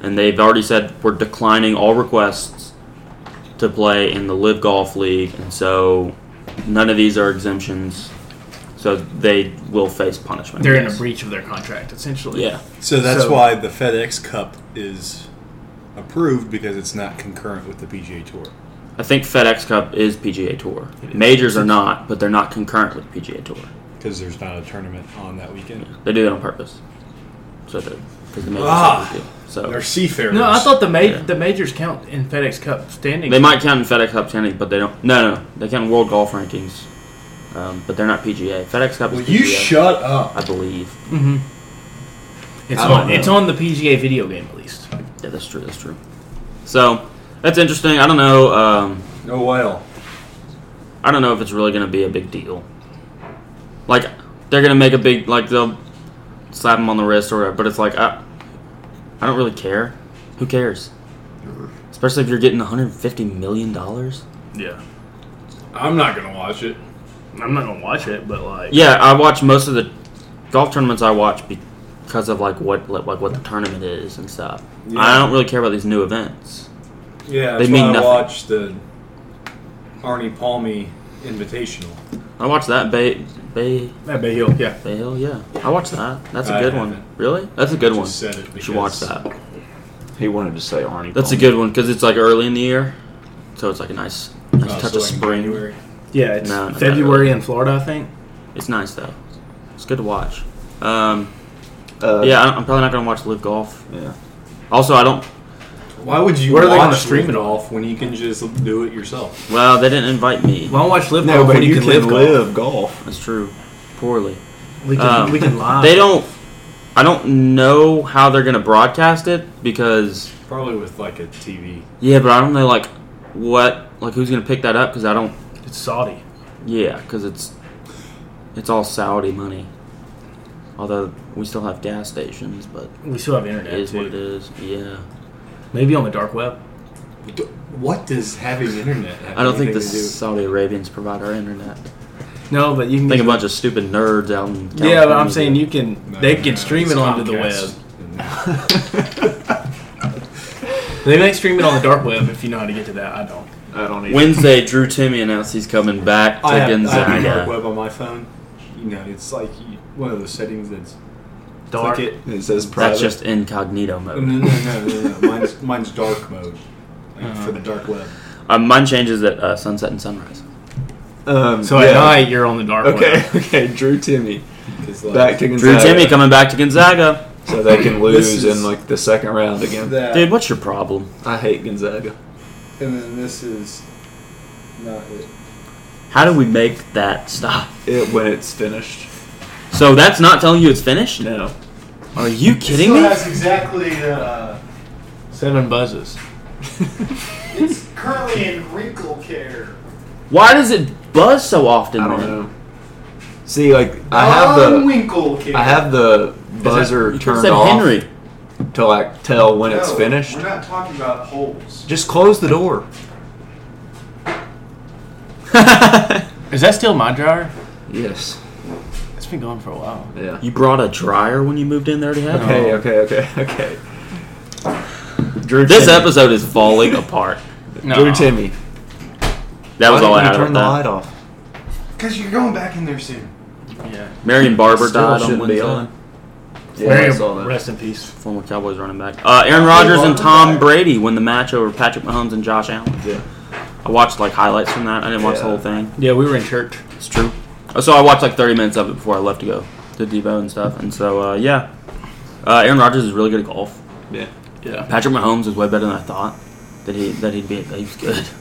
And they've already said we're declining all requests to play in the Live Golf League, and so none of these are exemptions. So they will face punishment.
They're in a
yes.
breach of their contract, essentially.
Yeah.
so that's
So-
why the FedEx Cup is approved because it's not concurrent with the PGA Tour.
I think FedEx Cup is PGA Tour. Majors are not, but they're not concurrent with PGA Tour.
Because there's not a tournament on that weekend.
They do that on purpose. So that because the majors
Ah.
are a big deal. so
They're seafarers.
No, I thought the ma-
Yeah.
the majors count in FedEx Cup standings.
they might count in FedEx Cup standings, but they don't. No, no, they count in World Golf Rankings. um, but they're not PGA. FedEx Cup is
Will
PGA.
you shut up?
I believe.
Mm-hmm. It's
I don't
on.
know.
It's on the PGA video game at least.
Yeah, that's true. That's true. So that's interesting. I don't know. Um,
Oh well.
I don't know if it's really going to be a big deal. Like they're going to make a big like they'll slap him on the wrist or whatever, but it's like I, I don't really care. Who cares? Especially if you're getting 150 million dollars.
Yeah,
I'm not gonna watch it.
I'm not gonna watch it, but like,
Yeah, I watch most of the golf tournaments I watch because of like what like what the tournament is and stuff.
Yeah.
I don't really care about these new events.
Yeah,
They
that's
mean
why I
nothing.
watched the Arnie Palmy Invitational.
I watch that Bay Bay
that big hill. Yeah,
Bay Hill. Yeah, I watched that. That's a
I
good one.
haven't.
Really? That's a good one.
Just said it
You should watch
because-
that.
He wanted to say Arnie.
That's a
Oh.
Palmer.
good one because it's like early in the year, so it's like a nice, nice
Oh,
touch
so
of
like
spring.
January.
yeah. It's
No, not
February in Florida, I think.
It's nice though. It's good to watch. Um,
Uh,
yeah, I- I'm probably not gonna watch live golf.
yeah.
Also, I don't.
Why would you
Where are they gonna
watch
stream
stream it
it?
off when you can just do it yourself?
Well, they didn't invite me.
Well, I watch live
No,
golf
but
when
you can live,
golf.
golf.
That's true. Poorly.
We can
Um,
we can live.
They don't. I don't know how they're gonna broadcast it because
Probably with like a TV.
yeah, but I don't know like what like who's gonna pick that up because I don't
It's Saudi.
yeah because it's it's all Saudi money. Although we still have gas stations, but
We still have
it
internet.
is what it
too.
is. Yeah.
Maybe on the dark web.
D- What does having internet? Have
I don't think the
anything to
Saudi Arabians provide our internet.
No, but you
I
can.
think a
get-
bunch of stupid nerds out in California.
yeah, but I'm saying you
do?
can.
No,
they
no,
can stream
it's
it onto the web.
Comcast.
They may stream it on the dark web if you know how to get to that. I don't.
I don't even.
Wednesday, Drew Timmy announced he's coming back to
I have, I have dark
Gonzaga.
web on my phone. You know, it's like you, one of those settings that's
Dark.
click it.
It says
That's
private.
just incognito
No,
mode.
no, no, no, no, no. mine's mine's dark mode like, for the dark web.
Um, mine changes at uh, sunset and sunrise.
um,
So
yeah.
at night you're on the dark
Okay,
web.
okay. Drew Timmy
It's like
back to
Drew
Gonzaga,
Timmy coming back to Gonzaga.
so they can lose
This
in
is-
like the second round again.
that,
Dude, what's your problem?
I hate Gonzaga.
and then this is not it.
How do we make that stop?
It when it's finished.
So that's not telling you it's finished?
No,
Are you kidding me?
has exactly. Uh,
Seven buzzes.
it's currently in wrinkle care.
Why does it buzz so often?
I don't
man?
know. See, like I have
Um,
the
wrinkle care.
I have the buzzer
You could've
turned
said
off
Henry.
to like tell when it's finished.
not talking about holes.
Just close the door.
Is that still my dryer?
Yes.
It's been gone for a while.
Yeah.
you brought a dryer when you moved in there to have?
Okay. Okay. Okay. Okay. Drew.
This
Timmy.
episode is falling apart.
No.
Drew Timmy.
That was
Why
all I
didn't
had
you Turn
about
the
that.
light off.
Because you're going back in there soon.
Yeah.
Marion Barber
Still
died on
shouldn't
Wednesday.
be on.
Very-
Yeah, I saw that.
Rest in peace.
Former Cowboys running back. Uh, Aaron Rodgers and Tom Brady win the match over Patrick Mahomes and Josh Allen.
Yeah.
I watched like highlights from that. I didn't watch the
Yeah.
whole thing.
Yeah, we were in church.
It's true. Uh, So I watched like 30 minutes of it before I left to go to Debo and stuff. And so uh, yeah, uh, Aaron Rodgers is really good at golf.
Yeah.
Yeah.
Patrick Mahomes is way better than I thought that he that he'd be. That he's good.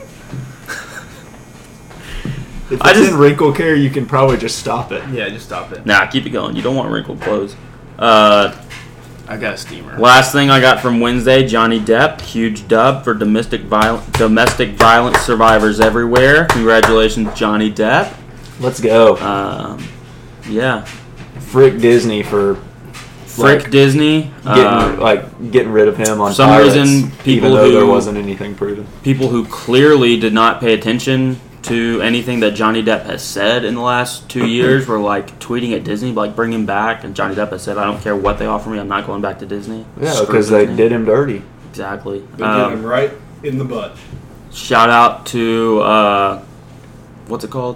If it's
I just-
in wrinkle care, you can probably just stop it.
Yeah, just stop it.
nah, keep it going. You don't want wrinkled clothes. Uh,
I got a steamer.
Last thing I got from Wednesday, Johnny Depp, huge dub for domestic viol- domestic violence survivors everywhere. Congratulations, Johnny Depp.
Let's go.
Um, yeah,
Frick Disney for
frick
Like,
Disney.
getting
Uh,
like getting rid of him on
for some
Pirates,
reason, people
even though there
who-
wasn't anything proven.
people who clearly did not pay attention to anything that Johnny Depp has said in the last two years were like tweeting at Disney, like bring him back. And Johnny Depp has said, I don't care what they offer me, I'm not going back to Disney.
Yeah,
Screw
because they
Disney.
did him dirty.
exactly.
They
Um,
get him right in the butt.
Shout out to uh, what's it called?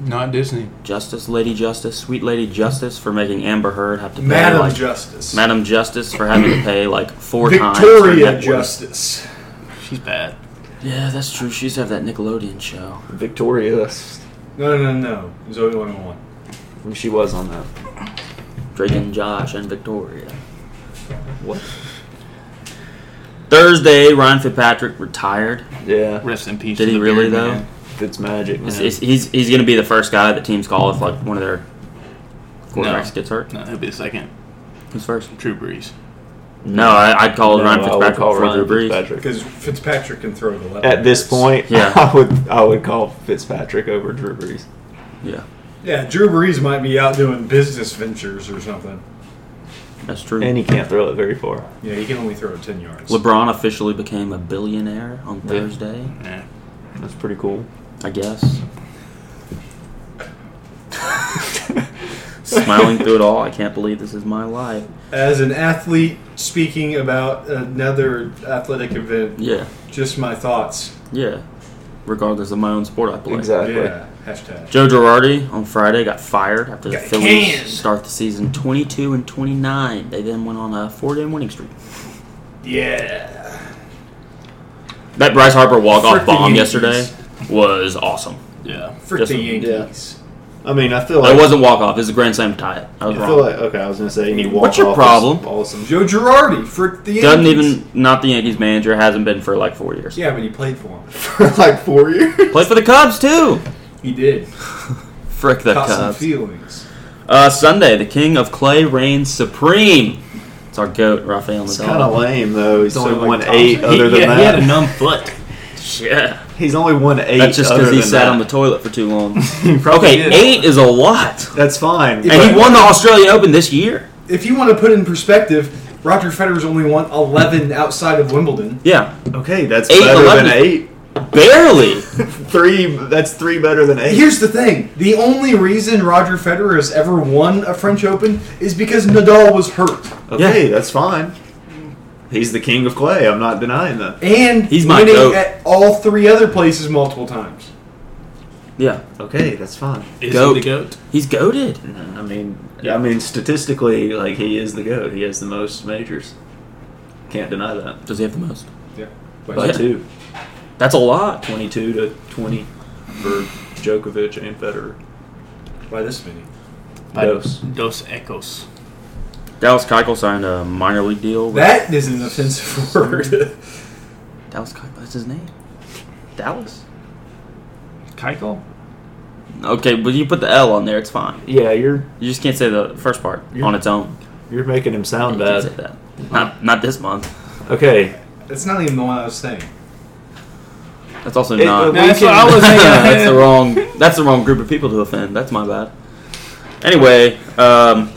Not Disney.
Justice, Lady Justice, Sweet Lady Justice for making Amber Heard have to pay
Madam
like
Justice.
Madam Justice for having to pay like four times. her
Victoria
net worth.
Justice.
She's bad.
Yeah, that's true. She used to have that Nickelodeon show.
Victoria, that's-
No, no, no. no. Zoe 101.
she was on that.
Drake and Josh and Victoria. What? Thursday, Ryan Fitzpatrick retired.
Yeah,
Rest in peace.
Did
to
he
the
really
buried
though?
man.
it's magic.
It's,
man.
it's, he's he's going to be the first guy that teams call if like one of their quarterbacks
No.
gets hurt.
No, he'll be the second.
Who's first?
Drew Brees.
No, I, I'd call
No,
Ryan
I would
Fitzpatrick
call
before
Ryan
Drew Brees.
Fitzpatrick.
Because Fitzpatrick can throw the left.
At this point,
Yeah.
I would I would call Fitzpatrick over Drew Brees.
Yeah,
Yeah, Drew Brees might be out doing business ventures or something.
that's true.
And he can't throw it very far.
Yeah, he can only throw it 10 yards.
LeBron officially became a billionaire on Thursday.
Yeah.
That's pretty cool.
I guess. Smiling through it all, I can't believe this is my life.
As an athlete speaking about another athletic event,
Yeah,
just my thoughts.
yeah. Regardless of my own sport, I play.
Exactly.
Yeah, hashtag.
Joe Girardi on Friday got fired after the
Got
Phillies
canned.
start the season 22 and 29. They then went on a four-game winning streak.
Yeah.
That Bryce Harper
Frickin'
walk-off bomb
Yankees.
yesterday was awesome.
Yeah.
Frick
Just-
the
yeah.
Yankees.
I mean, I feel
It wasn't walk-off. It was a grand slam tie. I was
I
wrong.
feel like okay. I was gonna say any walk
What's your problem?
Awesome.
Joe Girardi, frick the Yankees.
Doesn't even not the Yankees manager hasn't been for like four years.
Yeah, but he played for him.
For like four years.
Played for the Cubs too.
He did.
Frick the
Caught some
Cubs.
feelings.
Uh, Sunday, the king of clay reigns supreme. It's our goat, Rafael
It's kind of
Nadal.
lame though. He's
only
only
like
won
Thompson.
eight. Other
he,
than
yeah, he had
that,
a numb foot.
Yeah,
he's only won eight.
that's just
other
because he
than
sat
that.
on the toilet for too long.
He probably
okay,
did.
eight is a lot,
That's fine.
and he won the Australian Open this year.
If you want to put in perspective, Roger Federer's only won 11 outside of Wimbledon.
Yeah,
Okay, that's
Eight,
better than
11.
eight.
barely.
Three. That's three better than eight.
Here's the thing: the only reason Roger Federer has ever won a French Open is because Nadal was hurt,
okay, that's fine. He's the king of clay. I'm not denying that.
and
He's my
winning
goat.
at all three other places multiple times.
Yeah,
Okay, that's fine.
Is
Goat.
he the goat?
he's goaded.
I mean, I mean, statistically, like he is the goat. He has the most majors. Can't deny that.
Does he have the most?
Yeah,
By
Yeah.
two,
That's a lot.
22 to twenty for Djokovic and Federer.
by this many.
Dos.
Dos Ecos.
Dallas Keuchel signed a minor league deal. with-
That is an offensive word.
Dallas Keuchel. That's his name. Dallas.
Keiko?
Okay, but you put the L on there. It's fine.
Yeah, you're
You just can't say the first part
Yeah.
on its own.
you're making him sound
You can't say
bad.
that. Not not this month.
Okay,
That's not even the one I was saying.
That's also
It-
not.
uh,
That's
can-
what I was thinking.
that's the wrong. That's the wrong group of people to offend. That's my bad. Anyway, um,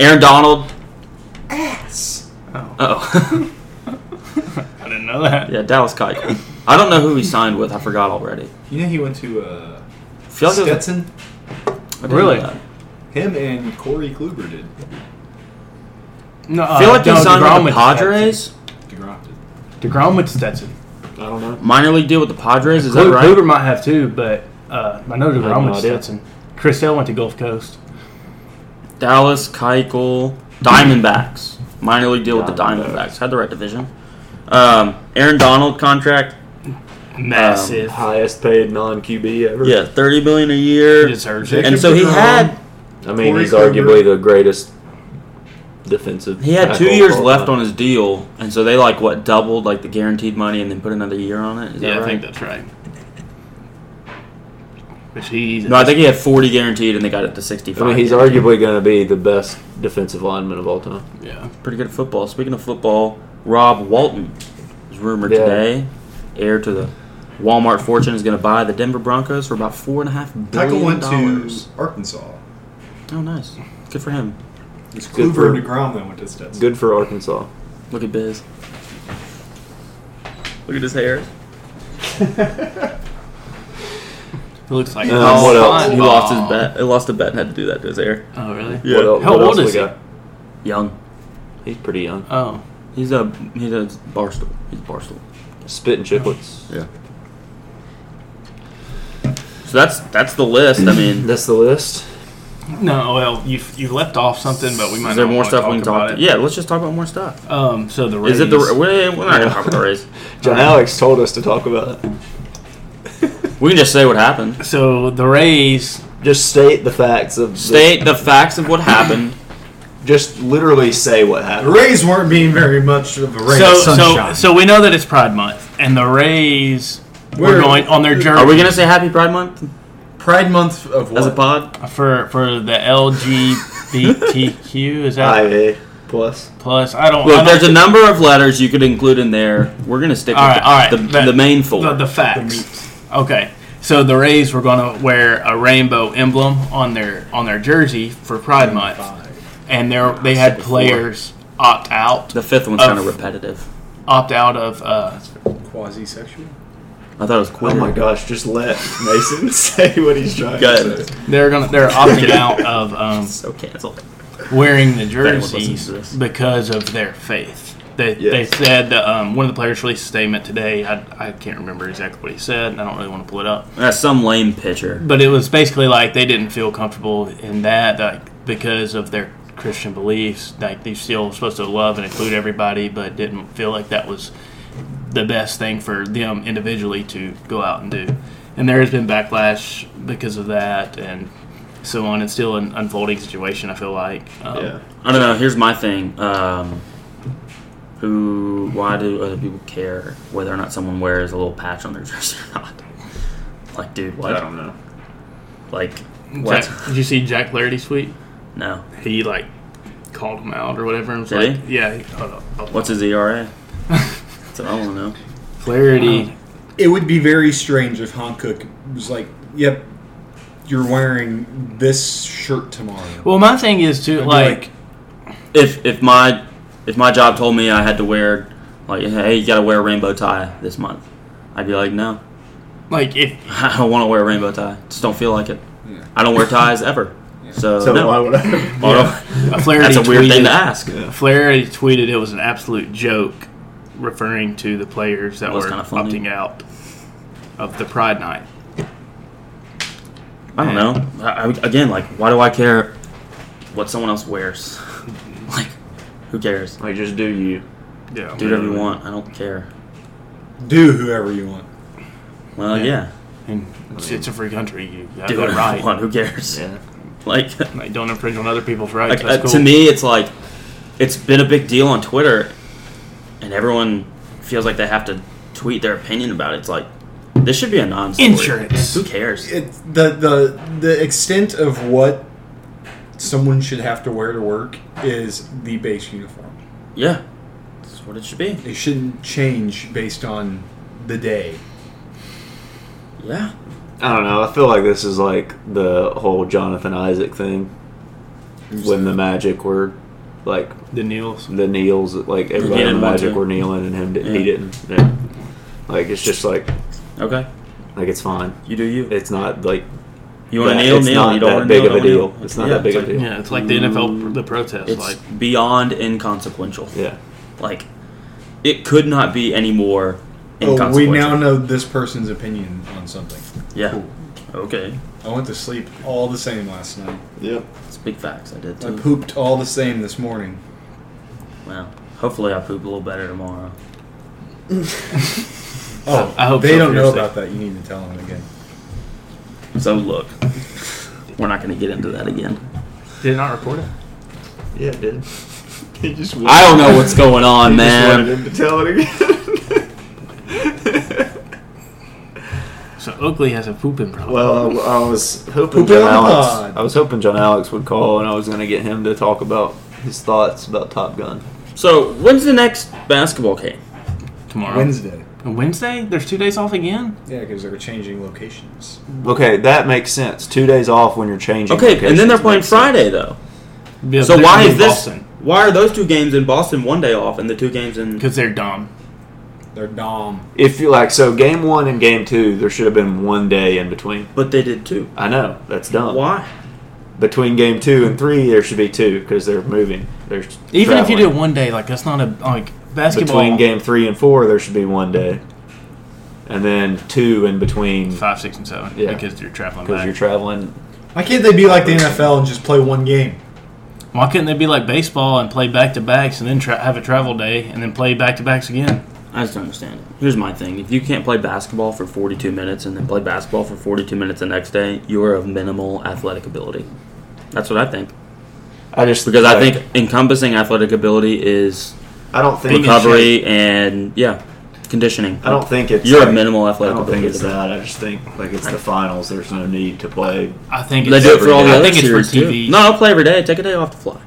Aaron Donald.
Ass.
Oh,
I didn't know that.
yeah, Dallas Keuchel. I don't know who he signed with. I forgot already.
You know he went to uh,
I feel like it was-
Stetson.
I didn't know
Really? Uh,
that.
Him and Corey Kluber did.
No,
I feel
uh,
like he
no,
signed
DeGrom
with the
went to
Padres.
DeGrom did.
Stetson. DeGrom with Stetson.
I don't know.
Minor league deal with the Padres. Is that
Kluber,
right?
Kluber might have too, but uh, I know
I have
DeGrom
no
went to
idea.
Stetson. Chris Sale went to Gulf Coast.
Dallas, Keuchel, Diamondbacks. Minor league deal with the
Diamondbacks.
Diamondbacks. Had the right division. Um, Aaron Donald contract.
Massive.
Highest paid non QB ever.
Yeah, thirty million a year.
he deserves
Jacob
it.
And so he
DeGrom.
had
I mean,
Corey
he's
Kluber.
arguably the greatest defensive.
he had two
tackle
years
of all
left
time.
on his deal, and so they like what doubled like the guaranteed money and then put another year on it. Is that
Yeah, I
right?
think that's right. Which he's
no, I think he had forty guaranteed, and they got it to sixty-five.
I mean, he's arguably going to be the best defensive lineman of all time.
yeah.
pretty good at football. Speaking of football, Rob Walton is rumored
Yeah.
today, heir to the Walmart fortune, is going to buy the Denver Broncos for about four and a half
Michael
billion
went
dollars.
to Arkansas.
Oh, nice. Good for him.
It's
Good
Kluber
for-
and DeGrom that went to Stetson.
Good for Arkansas.
Look at Biz. Look at his hair.
He looks like
Um, what else?
He lost his bet. He lost a bet and had to do that to his hair.
Oh really?
Yeah.
What el-
How
what
old
else
is
we
he?
got?
Young.
He's pretty young.
Oh.
He's a he does barstool. He's barstool.
Spitting chicklets.
Yeah. So that's that's the list. I mean,
That's the list.
No, well, you you left off something, but we might.
is there
not
more
wanna
stuff we can
about
talk?
it.
To? Yeah, let's just talk about more stuff.
Um. So the
Is it the
Rays-
we're, we're not gonna talk about the race.
John Alex told us to talk about it.
We can just say what happened.
so the Rays?
Just state the facts of. the-
State the facts of what happened.
just literally say what
The
happened.
Rays weren't being very much of a ray
So
of sunshine.
so so we know that it's Pride Month, and the Rays We're
We're-
going on their journey
Are we gonna say Happy Pride Month
Pride month of what?
as a pod?
for for the LGBTQ. Is that
IA plus.
plus? I don't. I
Look,
don't
there's a number of letters you could include in there. We're gonna stick
All
with
right, all right.
the,
That-
the main four.
The, the facts. okay. So the Rays were going to wear a rainbow emblem on their on their jersey for Pride
Oh
Month, and there they had players opt out
The fifth one's
Of-
kind of repetitive.
opt out of uh,
Quasi sexual?
I thought it was quick.
Oh my gosh, just let Mason say what he's trying
Good.
to say.
they're gonna they're opting out of um,
So canceled.
wearing the
anyone listens
jerseys
to this.
because of their faith. They,
Yes.
they said um, one of the players released a statement today. I, I can't remember exactly what he said. and I don't really want to pull it up.
That's some lame pitcher.
but it was basically like they didn't feel comfortable in that like because of their christian beliefs like they still supposed to love and include everybody but didn't feel like that was the best thing for them individually to go out and do and there has been backlash because of that and so on it's still an unfolding situation i feel like um,
Yeah.
I don't know. Here's my thing. Um, who? Why do other people care whether or not someone wears a little patch on their jersey or not? Like, dude, what?
I don't know.
Like, what?
Jack, did you see jack Flaherty's tweet
No.
he like called him out or whatever and was
Did
like yeah he, hold on, hold on.
What's his ERA? That's what I want to know.
Flaherty
It would be very strange if Hankook was like, yep, you're wearing this shirt tomorrow.
well my thing is too
I'd be
like
If if my if my job told me I had to wear like, hey, you got to wear a rainbow tie this month, I'd be like, no,
like if
I don't want to wear a rainbow tie. Just don't feel like it.
Yeah.
I don't wear ties ever. So,
So
no.
why would I?
Well,
A Flaherty
That's a weird
tweeted,
thing to ask. It
Flaherty tweeted it was an absolute joke, referring to the players that
That was
were
kinda funny.
opting out of the Pride Night.
I don't know. I, I, again, like, why do I care what someone else wears? like, who cares?
Like, just do you.
Yeah,
Do whatever you want. I don't care.
Do whoever you want.
Well,
Yeah.
yeah.
And it's, it's a free country. You have
Do
that
whatever
right.
you want. Who cares?
Yeah.
Like,
Like, don't infringe on other people's rights.
like uh,
That's cool.
to me, it's like it's been a big deal on Twitter, and everyone feels like they have to tweet their opinion about it. It's like this should be a non-story.
Insurance.
Who cares?
It, the, the, the extent of what someone should have to wear to work is the base uniform.
Yeah, that's what it should be.
It shouldn't change based on the day.
Yeah.
I don't know. I feel like this is like the whole Jonathan Isaac thing when the Magic were like
the Neils.
the kneels, like everybody
didn't
in the
want
Magic
to.
were kneeling, and him did,
Yeah.
he didn't. Yeah. Like it's just like
Okay.
like it's fine.
You do you.
It's not like
You want to
that-
kneel?
it's
Kneel.
not
you don't
that
want to
big
kneel,
of a
don't
deal.
kneel.
It's not that big of a
like-
deal.
Yeah, it's like the NFL pr- the protest.
It's
like
beyond inconsequential.
yeah.
Like it could not be any more
Oh, we
inconsequential.
now know this person's opinion on something.
Yeah. Okay.
I went to sleep all the same last night.
Yep.
It's big facts. I did
I
Mm.
too.
pooped all the same this morning.
Well, hopefully I poop a little better tomorrow.
Oh,
I hope
they
so,
don't know
seriously.
about that. You need to tell them again.
So look, we're not going to get into that again.
did it not record it.
Yeah, it did. He just
I don't know what's going on, man.
him to tell it again.
So Oakley has a pooping problem.
well, um, I, I was hoping
Poop
John
on the
Alex.
pod.
I was hoping John Alex would call, and I was going to get him to talk about his thoughts about Top Gun.
So when's the next basketball game?
tomorrow
Wednesday.
Wednesday? There's two days off again.
Yeah, because they're changing locations.
Okay, that makes sense. Two days off when you're changing.
Okay, and then they're
locations
playing
makes sense.
Friday though.
Yeah,
So
they're
why
in
is this?
Boston
Why are those two games in Boston one day off and the two games in?
because they're dumb.
They're Dom.
If you like, so game one and game two, there should have been one day in between.
But they did two.
I know that's
Oh.
dumb.
Why?
Between game two and three, there should be two because they're moving. There's
Even if you do it one day, like that's not a like basketball
between game three and four, there should be one day, and then two in between
five, six, and seven
Yeah.
because you're traveling
because
back.
you're traveling.
Why can't they be like the NFL and just play one game?
Why couldn't they be like baseball and play back to backs and then tra- have a travel day and then play back to backs again?
I just don't understand it. Here's my thing: if you can't play basketball for 42 minutes and then play basketball for 42 minutes the next day, you are of minimal athletic ability. That's what I think.
I just
Because I
like,
think encompassing athletic ability is
I don't think
recovery and yeah, conditioning.
I don't think it's.
You're a
like-
minimal athletic
I don't think
ability
it's
to-
that. I just think like it's the finals. There's no need to play.
I think
They
it's
do it for all the
I
other
think it's for
series too.
TV.
No, I'll play every day. Take a day off the fly.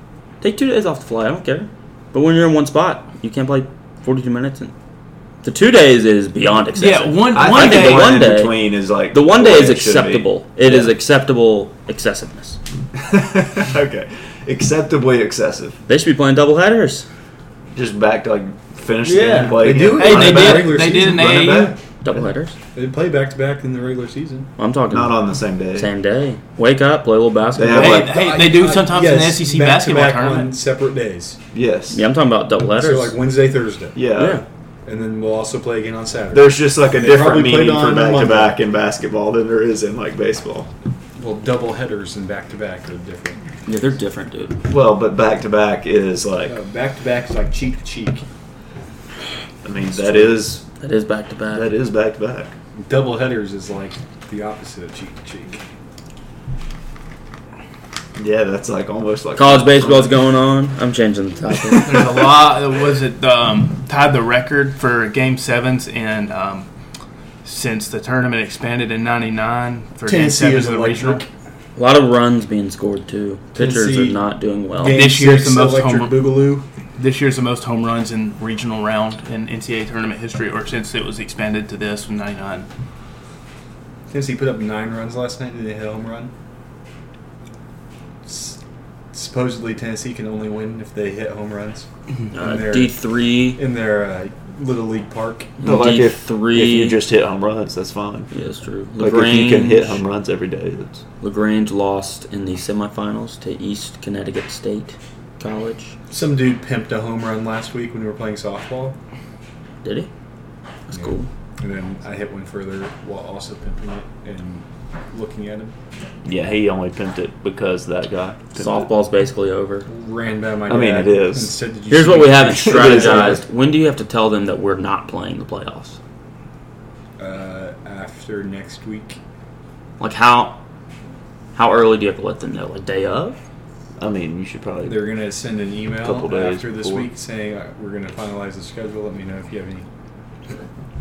Take two days off the fly. I don't care. But when you're in one spot, you can't play 42 minutes. And the two days is beyond
yeah,
excessive.
one
I
one
think
day.
the one
one
in
day-
between is like
The one day
way
is
it should be.
acceptable. It is
Yeah.
acceptable excessiveness.
okay, acceptably excessive.
They should be playing double headers.
Just back to like finish the
Yeah,
game, play
they
again.
do.
Hey,
Run
they
it back,
did.
regular
They did
season,
an
run it
AAU.
back.
Double headers.
They play back to back in the regular season.
I'm talking
Not on the same day.
same day. Wake up, play a little basketball.
They
Hey,
have, like-
hey, they do sometimes in the SEC basketball
back on
tournament.
separate days.
Yes.
yeah, I'm talking about double
So
headers.
like Wednesday, Thursday,
Yeah.
yeah.
and then we'll also play again on Saturday.
There's just like a
They
different
probably played
meaning
on um,
for
a
back to
Monday.
back in basketball than there is in like baseball.
well, double headers and back to back are different.
Yeah, they're different, dude.
Well, but back to back is like
Back to back Uh, is like cheek to cheek.
I mean that is
That is back to back.
that is back to back.
Double headers is like the opposite of cheek to cheek.
Yeah, that's like almost like
College baseball's going on. I'm changing the topic.
There's a lot. Was it um, tied the record for game sevens and um, since the tournament expanded in '99 for
Tennessee
game
is
sevens of the regional?
electric.
a lot of runs being scored too. Pitchers are
Tennessee
not doing well.
Game
Oh, This year's
six,
the most
electric
home-
boogaloo.
This year's the most home runs in regional round in NCAA tournament history, or since it was expanded to this in '99.
Tennessee put up nine runs last night. Did they hit a home run? S- supposedly, Tennessee can only win if they hit home runs
Uh,
in their,
D three,
in their uh, little league park.
But like
D
if, if
three.
you just hit home runs, that's fine.
yeah, it's true.
Like if you can hit home runs every day, that's
Lagrange lost in the semifinals to East Connecticut State College.
Some dude pimped a home run last week when we were playing softball,
Did he? That's
Yeah.
cool.
and then I hit one further while also pimping it and looking at him.
yeah. He only pimped it because that guy. pimped it.
Softball's basically over.
Ran by my.
I mean,
dad
it is.
and said, "Did you
Here's
see
what
me?"
we haven't
It is over.
strategized. When do you have to tell them that we're not playing the playoffs?
uh, after next week.
Like how how early do you have to let them know? Like day of?
I mean, you should probably.
They're gonna send an email
Couple days
after this
before.
week saying uh, we're gonna finalize the schedule. Let me know if you have any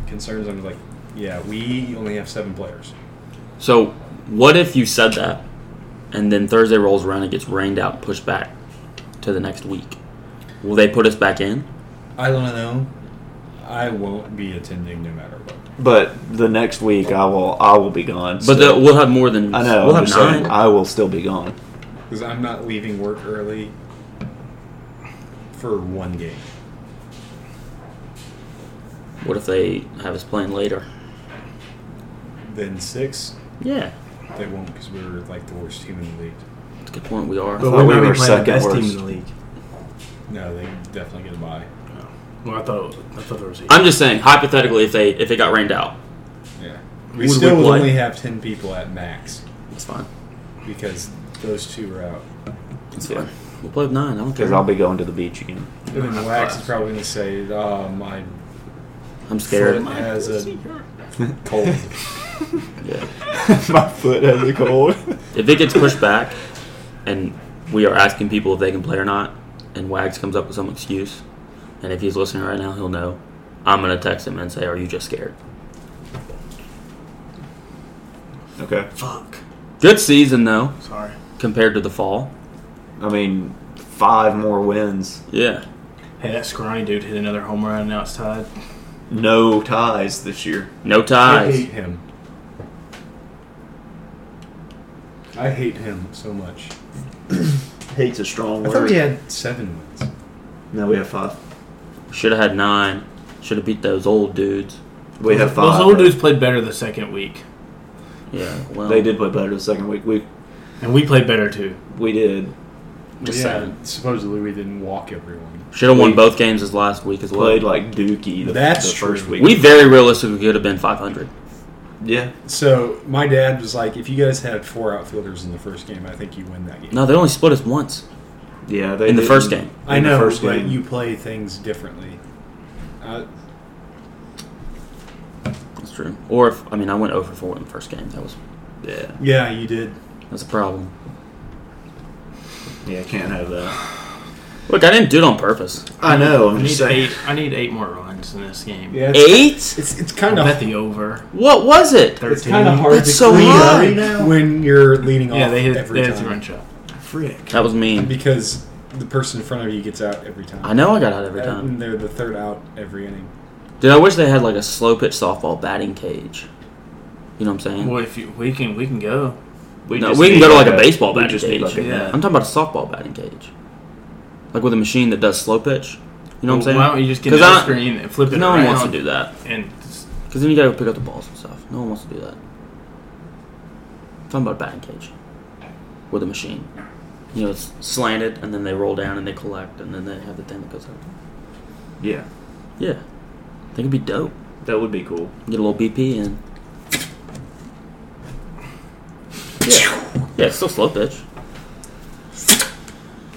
concerns. I'm like, yeah, we only have seven players.
So what if you said that and then Thursday rolls around and gets rained out, pushed back to the next week? Will they put us back in?
I don't know. I won't be attending no matter what.
But the next week, I will. I will be gone.
But the,
still.
we'll have more than
I know.
We'll
I'm
have
just
nine.
saying, I will still be gone.
Because I'm not leaving work early for one game.
What if they have us playing later?
Then six,
Yeah,
they won't because we're like the worst team in the league.
that's a good point. We are.
But
But
we're
we're not
we not
even
were even
playing
playing the second
the
best
best
worst.
team
team
in
in
the league.
No, they definitely get a bye.
Well, I thought I thought there was.
I'm just saying hypothetically, if they if it got rained out,
Yeah,
Would
we
we
still would
play?
only have ten people at max
it's fine.
because those two are out.
It's fine. We'll play with nine. I don't
Because
care.
I'll be going to the beach again.
And then Wax is probably going to say, oh, my
I'm scared.
foot has a cold.
Yeah.
My foot has a cold.
If it gets pushed back, and we are asking people if they can play or not, and Wags comes up with some excuse, and if he's listening right now, he'll know. I'm gonna text him and say, "Are you just scared?"
okay.
fuck.
Good season though,
Sorry.
compared to the fall.
I mean, five more wins,
Yeah.
Hey, that scrawny dude hit another home run, and now it's tied.
no ties this year.
No
I
ties.
hate him. I hate him so much.
Hate's a strong
I
word.
thought we had seven wins.
No, we have five.
Should have had nine. Should have beat those old dudes.
We have five.
Those old
but
dudes played better the second week,
Yeah. Well,
They did play better the second week. We
and we played better too.
we did
Just
yeah,
seven.
supposedly we didn't walk everyone.
Should have won
We-
both games as last week as well.
played like Dookie the,
That's
the first
true.
week.
We very realistically could have been 500.
yeah.
So my dad was like, if you guys had four outfielders in the first game, I think you win that game.
No, they only split us once.
Yeah, they
In the
didn't-
first game.
in
I
the
know,
first
but
game.
you play things differently. Uh,
That's true. Or if I mean, I went over four in the first game. That was
yeah,
yeah, you did.
that's a problem.
yeah, can't have that.
Look, I didn't do it on purpose.
I know. I'm
I
just
need
saying.
eight. I need eight more runs in this game.
Yeah, it's,
Eight?
it's, it's
I
kind of
bet the over.
What was it?
Thirteen.
it's kind of hard
That's
to
so
clean
high.
up when you're leading
Yeah,
off
they hit.
every
They hit the
time
run shot.
Frick.
That was mean.
because the person in front of you gets out every time.
I know I got out every time.
And they're the third out every inning.
Dude, I wish they had like a slow pitch softball batting cage. You know what I'm saying?
Well, if you, we can, we can go.
We,
No,
just
we can
need
go to like a baseball
we
batting
just
cage.
need like a-
Yeah.
I'm talking about a softball batting cage. Like with a machine that does slow pitch. You know what I'm saying?
Why don't you just get
'Cause
on
I-
the screen and flip it?
No one wants to
around
do that.
And
Because then you gotta go pick up the balls and stuff. No one wants to do that. I'm talking about a batting cage. With a machine. You know, it's slanted and then they roll down and they collect and then they have the thing that goes out.
Yeah,
Yeah. I think it'd be dope.
that would be cool.
Get a little BP in. Yeah, yeah it's still slow pitch.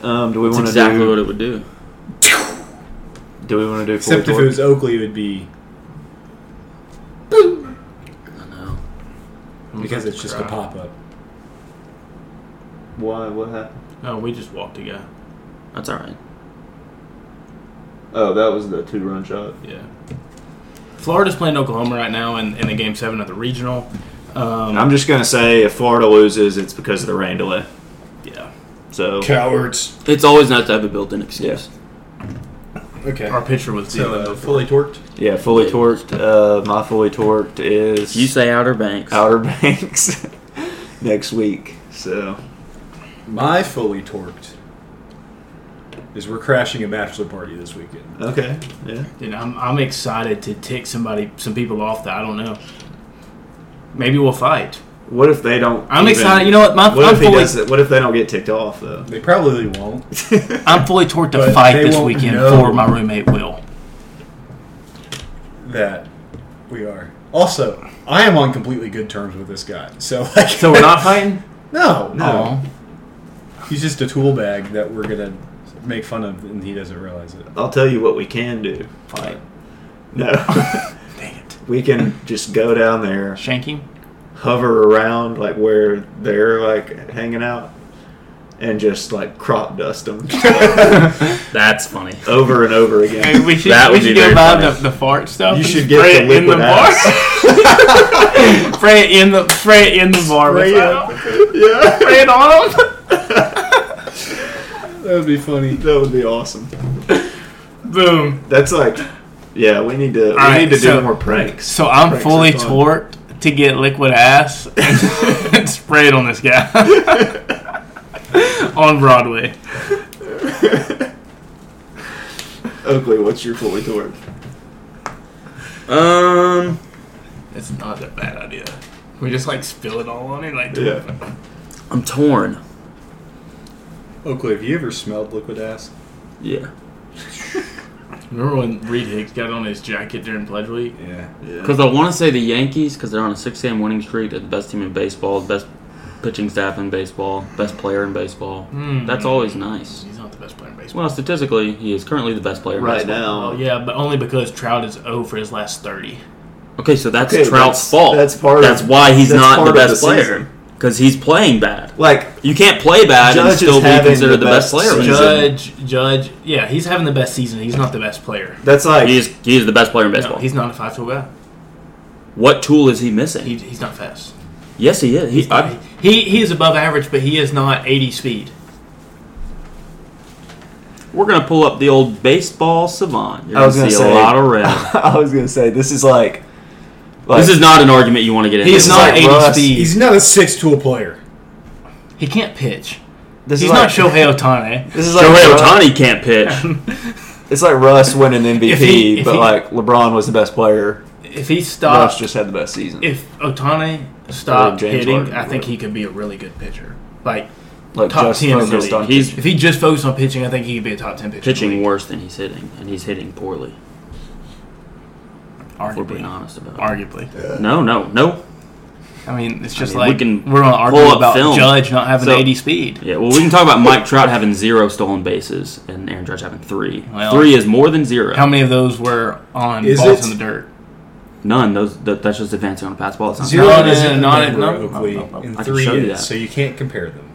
Um, do we
That's
want to
exactly
do?
what it would do.
do we want to do?
Except if
fourth
it
or-
was Oakley, it would be
I know.
because it's just a
Crap.
pop up.
Why? What happened?
oh, we just walked to go.
That's alright.
Oh, that was the two-run shot.
Yeah. Florida's playing Oklahoma right now in, in the game seven of the regional. Um,
I'm just gonna say, if Florida loses, it's because of the rain delay.
yeah.
So
Cowards.
It's always nice to have a built in excuse.
Okay.
Our pitcher was
So
dealing
uh,
with-
fully torqued.
yeah, fully torqued. Uh, my fully torqued is
You say Outer Banks.
Outer Banks next week. So
My fully torqued is we're crashing a bachelor party this weekend.
okay, yeah.
Dude, I'm, I'm excited to tick somebody, some people off that I don't know. Maybe we'll fight.
What if they don't?
I'm
even-
excited. You know what? My,
What
I'm,
if he
fully,
does it? What if they don't get ticked off though?
They probably won't.
I'm fully toward to
But
fight
they
this
won't
weekend
know.
for my roommate Will.
that we are. Also, I am on completely good terms with this guy. So like
So we're not fighting.
No, no.
Aw.
He's just a tool bag that we're gonna make fun of and he doesn't realize it.
I'll tell you what we can do.
Fight.
No,
Dang it.
we can just go down there,
Shank him.
hover around like where they're like hanging out, and just like crop dust them
That's funny.
over and over again.
we should,
That
we
would
should
be
get
very
by the,
funny.
the fart stuff.
You
and
should get
spray
the
it in the
liquid
bar. spray it in the spray it in the bar.
Spray
Spray,
it.
it.
yeah,
spray it on him.
That would be funny.
that would be awesome.
Boom.
That's like, yeah, we need to we
Alright,
need to
so-
do more pranks.
So I'm
Pranks are
fully
fun.
torqued to get liquid ass and, and spray it on this guy on Broadway.
Oakley, what's your fully torqued?
Um,
It's not a bad idea. We just like spill it all on it, like
Yeah.
I'm torn.
Oakley, have you ever smelled liquid ass?
Yeah.
Remember when Reed Hicks got on his jacket during pledge week?
Yeah.
Yeah.
Because I want to say the Yankees, because they're on a six-game winning streak. They're the best team in baseball, the best pitching staff in baseball, best player in baseball.
Hmm.
That's always nice.
He's not the best player in baseball.
Well, statistically, he is currently the best player in
Right
baseball.
now,
Oh yeah, but only because Trout is 0 for his last 30.
Okay, so that's
uh, Okay,
Trout's
that's-
fault.
that's part of-
That's why he's
that's
not
part
the
of the
best player
season.
because he's playing bad.
like
You can't play bad and
Judge is
still be
having
considered the
the
best,
best
player. in
season.
the league.
Judge, Judge, yeah, he's having the best season. He's not the best player.
that's like
He is, he is the best player in
No,
baseball.
he's not a five tool guy.
what tool is he missing?
He, he's not fast.
yes, he is. He, I,
He he is above average, but he is not 80 speed.
we're gonna pull up the old baseball savant. You're
I was
gonna
gonna
see
say-
a lot of red.
I was gonna say this is like, like
this is not an argument you want to get into.
He is
is
not
like
80
Russ.
speed.
He's not a six tool player.
he can't pitch.
this
He's
is
not
like,
Shohei Otani.
This is like
uh,
Shohei
Russ-
Otani can't pitch.
It's like Russ winning MVP,
If he- if
but
he-
like LeBron was the best player.
If he
Russ
stopped,
just had the best season.
if Otani stopped
James
hitting,
Harden
I think
would.
he could be a really good pitcher. Like
like
top
just
10 in the
focused
league.
on
He's-
if he just focused on pitching, I think he could be a top 10 pitcher. in the
pitching
league.
worse than he's hitting, and he's hitting poorly. If we're being
arguably.
honest about it.
Arguably.
No, no, no.
I mean, it's just
mean, we
like we
can
are on an
pull
argument
up
about
film.
Judge not having
So-
80 speed.
Yeah, well, we can talk about Mike Trout having zero stolen bases and Aaron Judge having three.
Well-
three is more than zero.
How many of those were on
Is
balls
it-
in the dirt?
None. Those that, that's just advancing on a pass ball. It's not
Zero
is
isn't a
a number,
non- no.
Oakley,
Oh, oh, oh. I
and
can
three
show you
is,
that.
so you can't compare them.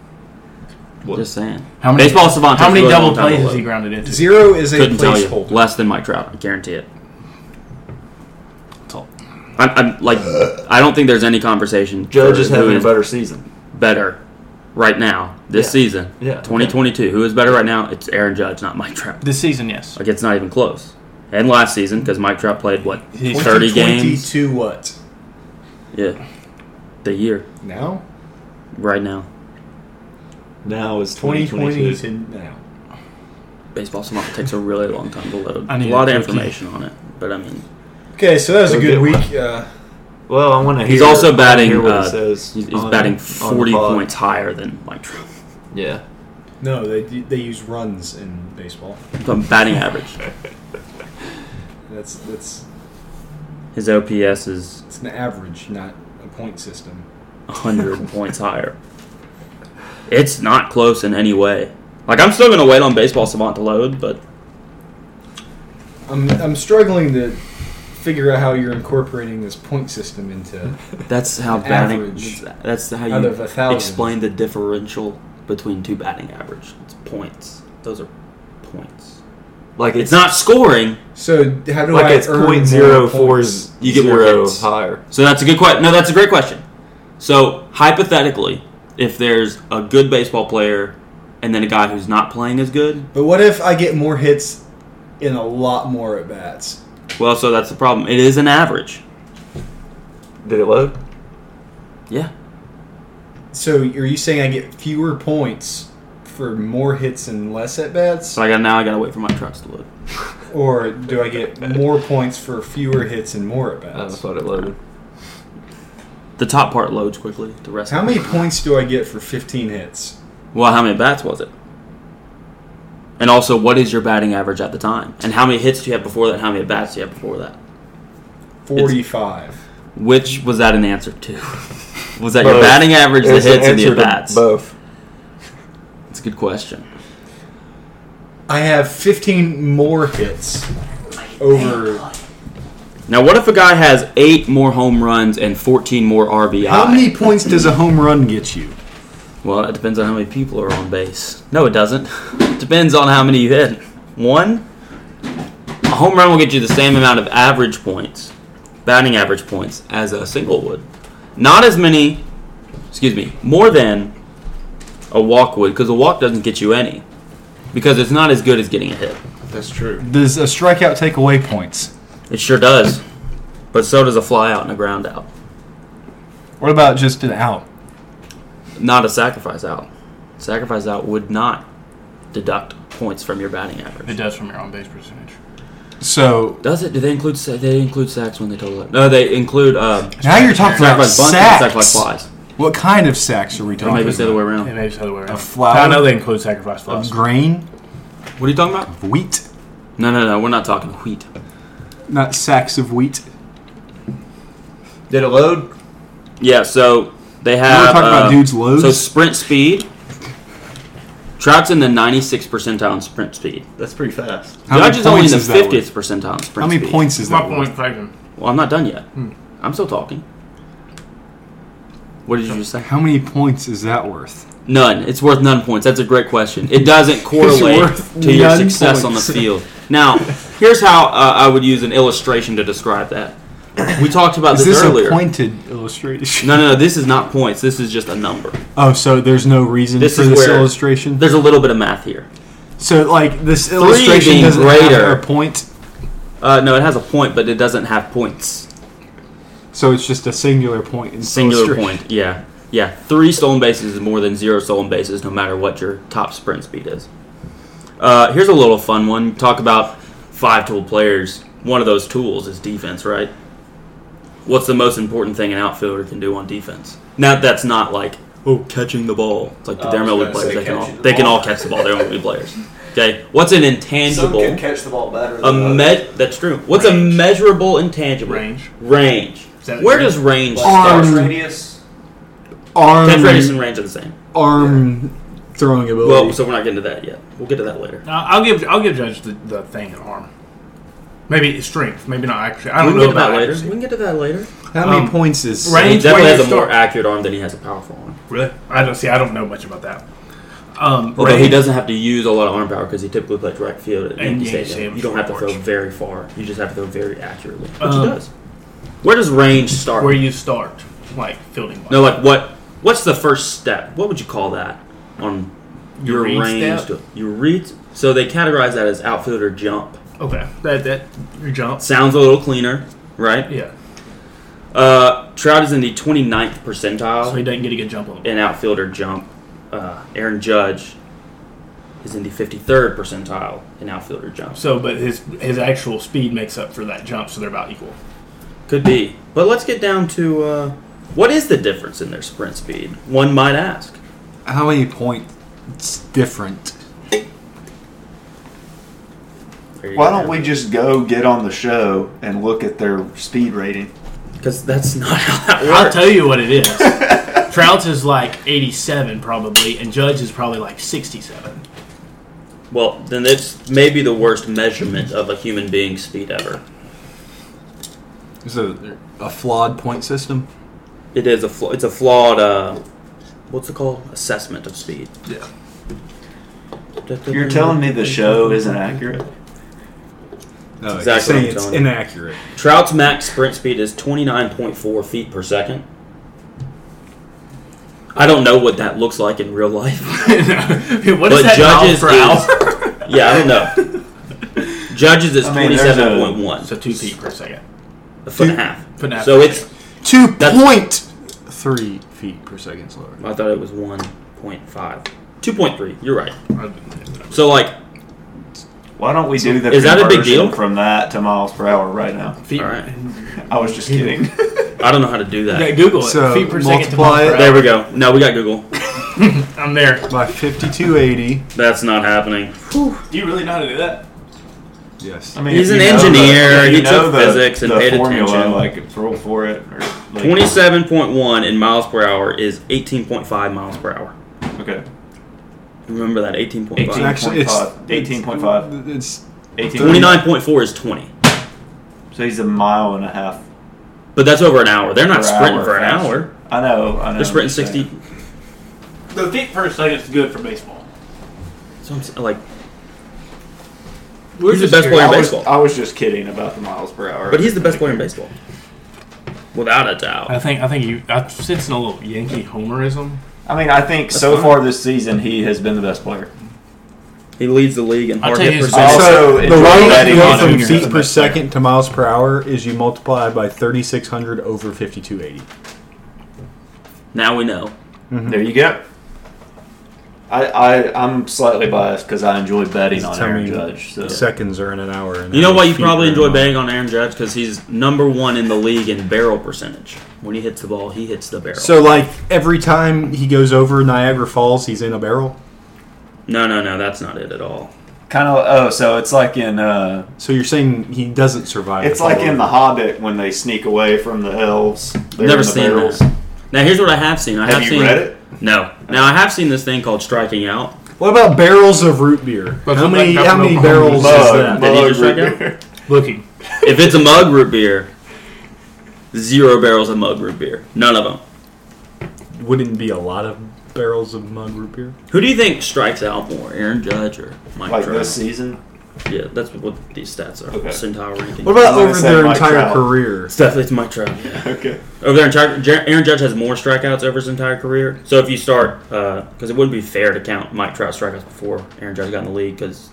What?
Just saying.
How many
Baseball savant
How
takes
many
a really
double
long time to
plays has
load.
he grounded into?
Zero is a
Couldn't tell you.
placeholder.
Less than Mike Trout. I guarantee it.
That's all.
I'm, I'm like, I don't think there's any conversation.
Judge
for
is
who
having a better season.
better right now this
Yeah.
season.
Yeah, okay.
2022. Who is better right now? It's Aaron Judge, not Mike Trout.
This season, yes.
Like it's not even close. And last season, because Mike Trout played what
He's
30 games.
22 what?
Yeah, the year
Now?
right now.
Now is
2020
2022.
to now.
Baseball savant takes a really long time to load.
I
A
need
lot
a
of
cookie.
information on it, but I mean,
Okay, so that was a
Go
good
get
week. Uh,
Well, I want to hear.
He's also
I wanna
batting,
hear what
uh,
he says
he's, he's
on- on
batting
the
40
pod.
points higher than Mike Trout.
Yeah.
no, they, they use runs in baseball.
So batting average.
That's that's
His OPS is
it's an average, not a point system.
100 points higher. It's not close in any way. Like, I'm still going to wait on Baseball Savant to load, but
I'm I'm struggling to figure out how you're incorporating this point system into
that's how batting.
Average.
That's how
out of
you
a thousand.
explain the differential between two batting average. It's points. Those are points.
Like
It's not scoring,
So how do
like
I
it's
earn
point
more
zero four.
points?
You get more hits.
higher.
So that's a good question. No, that's a great question. So hypothetically, if there's a good baseball player and then a guy who's not playing as good,
But what if I get more hits in a lot more at bats?
well, so that's the problem. It is an average.
Did it load?
Yeah.
So are you saying I get fewer points for more hits and less at bats,
So I got now. I gotta wait for my trucks to load.
or do I get more points for fewer hits and more at
Oh, I
bats?
thought it loaded.
The top part loads quickly. The rest.
How many points do I get for 15 hits?
Well, how many bats was it? And also, what is your batting average at the time? And how many hits do you have before that? How many bats do you have before that?
45.
Which was that an answer to? was that your
Both.
batting average, the
There's an
hits, and the
answer
at
to
bats?
Both.
It's a good question.
I have 15 more hits over.
Now, what if a guy has eight more home runs and 14 more RBI?
How many points does a home run get you?
Well, it depends on how many people are on base. No, it doesn't. It depends on how many you hit. One, a home run will get you the same amount of average points, batting average points, as a single would. Not as many, excuse me, more than a walk would, because a walk doesn't get you any, because it's not as good as getting a hit.
That's true. Does a strikeout take away points?
It sure does, but so does a fly out and a ground out.
What about just an out?
Not a sacrifice out. Sacrifice out would not deduct points from your batting average.
It does from your on base percentage.
So
Does it? Do they include sa- they include sacks when they total up? No, they include um,
now you're talking about
sacrifice bunts and sacrifice
sacks.
flies.
What kind of sacks are we
Or
talking
maybe it's the other
about?
way
And
around.
maybe it's the other way around.
A flower?
I know they include sacrifice flies.
Of grain,
What are you talking about?
wheat,
No, no, no. We're not talking wheat.
not sacks of wheat.
Did it load?
Yeah. So they
We're
have.
talking about
uh,
dudes' loads.
So sprint speed. Trout's in the 96th percentile in sprint speed.
That's pretty fast.
How many
Judge is only in
points
the
is that worth?
50th percentile in sprint
How many
speed.
points Hmm. is
That's my
that? worth?
point, Fagan.
Well, I'm not done yet. I'm still talking. What did you just say?
How many points is that worth?
None. It's worth none points. That's a great question. It doesn't correlate
worth
to your
none
success on the
points.
field. Now, here's how uh, I would use an illustration to describe that. We talked about
Is
Uh, this,
this
earlier.
a pointed illustration?
No, no, no. This is not points. This is just a number.
Oh, so there's no reason
This
for
is
this
where-
illustration.
There's a little bit of math here.
So like this illustration
being
doesn't
greater.
have a point,
Uh, no, it has a point, but it doesn't have points.
so it's just a singular point. In
Singular
illustration.
point. Yeah, yeah. Three stolen bases is more than zero stolen bases, no matter what your top sprint speed is. Uh, here's a little fun one. Talk about five tool players. One of those tools is defense, right? What's the most important thing an outfielder can do on defense? Now that's not like oh catching the ball. It's like the
Oh, I
Darren
was
Millwood
gonna
players.
say
They can all
catching the
they can
ball.
all catch the ball. They're only players. Okay. What's an
Some
intangible?
can catch the ball better.
A
Than others.
me- that's true. What's a
Range.
measurable intangible?
Range.
Range.
Is that
Where
range?
does range
Like
start?
arm
Arm-
radius.
Arm,
Catch radius and range are the same.
arm throwing ability.
Well, so we're not getting to that yet. We'll get to that later.
Uh, I'll give I'll give Judge the, the thing in arm. Maybe strength. Maybe not accuracy. I
We
don't
can get
know
to
about
that later.
accuracy.
We can get to that later.
How many
um,
points is
range-
He definitely
where
has
you
a more
start.
accurate arm than he has a powerful arm.
Really? I don't see. I don't know much about that. Um,
Although he
Ray-
doesn't have to use a lot of arm power because he typically plays right field at
And
Yankee
Yankee
Stadium.
Stadium
You don't have to throw
short porch.
very far. You just have to throw very accurately, which
Um,
he does. Where does range start?
where you start, like fielding.
no, like what? What's the first step? What would you call that on your
Your read
range? To,
step?
your read. So they categorize that as outfielder jump.
okay, that that your jump.
Sounds a little cleaner, right?
Yeah,
Uh, Trout is in the 29th percentile
so he doesn't get a good jump on. it.
in outfielder jump. Uh, Aaron Judge is in the 53rd percentile in outfielder jump.
So, but his his actual speed makes up for that jump, so they're about equal.
Could be. But let's get down to uh, what is the difference in their sprint speed? One might ask.
How many points different?
There you
Why
go.
don't we just go get on the show and look at their speed rating?
Because that's not how that
I'll
works.
tell you what it is. Trout's is like 87 probably, and Judge is probably like 67.
well, then it's maybe the worst measurement of a human being's speed ever.
Is it a flawed point system?
It is a fla- it's a flawed uh, what's it called assessment of speed.
Yeah.
You're telling me the show isn't accurate?
No,
Exactly
exactly.
what I'm
Saying it's
telling you.
inaccurate.
Trout's max sprint speed is 29.4 feet per second. I don't know what that looks like in real life.
what is
But
that
Judge's
judges per
is-
hour?
Yeah, I don't know. Judges is
I mean, there's a-
27.1.
so two feet per second.
a foot and a half.
Foot and a half.
So it's.
Two
That's-
point three feet per second slower.
I thought it was 1.5. 2.3. You're right.
I-
So, like,
Why don't we do the
Is that a big
conversion
deal?
from that to miles per hour right now?
Feet.
All right.
I was just kidding.
I don't know how to do that.
Yeah, Google it.
So,
feet per second to
multiply
miles per
it.
There
hour.
we go. No, we got Google.
I'm there.
By fifty-two eighty.
That's not happening.
Do you really know how to do that?
Yes.
I mean,
He's
if
an
you know the-
engineer.
if you
He
know
took
the-
physics and
the
paid
formula,
attention.
Like, it's roll for it. Or like,
27.1 in miles per hour is 18.5 miles per hour.
Okay.
Remember that 18.5.
18.
Actually, it's
18.5.
It's
18.
29.4 is 20.
So he's a mile and a half.
But that's over an hour. They're not
per
sprinting
hour
for an
faster.
hour.
I know. I know.
They're sprinting 60.
The feet per second is good for baseball.
So I'm s- like,
We're
He's the
just
best
curious.
player
I
in
was,
baseball.
I was just kidding about the miles per hour.
But he's the best player in baseball. Without a doubt.
I think I think you. I'm sensing a little Yankee homerism.
I mean, I think
That's
so
fine.
far this season he has been the best player.
He leads the league in
I'll
hard
tell
hit
you his
percentage.
best-
Also,
the
enjoy
right
betting
go
on
from
who's
feet
the
per
best player.
second to miles per hour is you multiply by thirty-six hundred over fifty-two eighty.
Oh. Now we know.
There you go. I, I I'm slightly biased because I enjoy betting
Just
on
tell
Aaron
me
Judge. So
Seconds are in an hour. and
You know
then
why you
feet
probably
are in a
enjoy
mile.
betting on Aaron Judge? Because he's number one in the league in barrel percentage. When he hits the ball, he hits the barrel.
So, like every time he goes over Niagara Falls, he's in a barrel.
no, no, no, that's not it at all.
kind of oh, so it's like in uh,
So you're saying he doesn't survive?
it's
the fall
like in
over.
The Hobbit when they sneak away from the elves. They're
Never
in the
seen
barrels.
that. Now here's what I have seen. I have,
Have you
seen,
read it?
No. Now I have seen this thing called striking out.
What about barrels of root beer?
But
how
it's
many?
like-
How many
Mug,
barrels is
Mug,
that?
uh, Did he
mug
just strike
root
out?
beer.
Looking.
If it's a mug root beer, zero barrels of mug root beer. None of them.
Wouldn't be a lot of barrels of mug root beer.
Who do you think strikes out more, Aaron Judge or Mike
Like
Trout?
this season,
Yeah, that's what these stats are.
Okay.
Centile ranking.
What
I
about
was gonna
over
say
their
Mike
entire
Trout.
career?
It's definitely it's Mike Trout. Yeah.
okay.
Over their entire, Jer- Aaron Judge has more strikeouts over his entire career. So if you start, because it wouldn't be fair to count Mike Trout strikeouts before Aaron Judge got in the league, because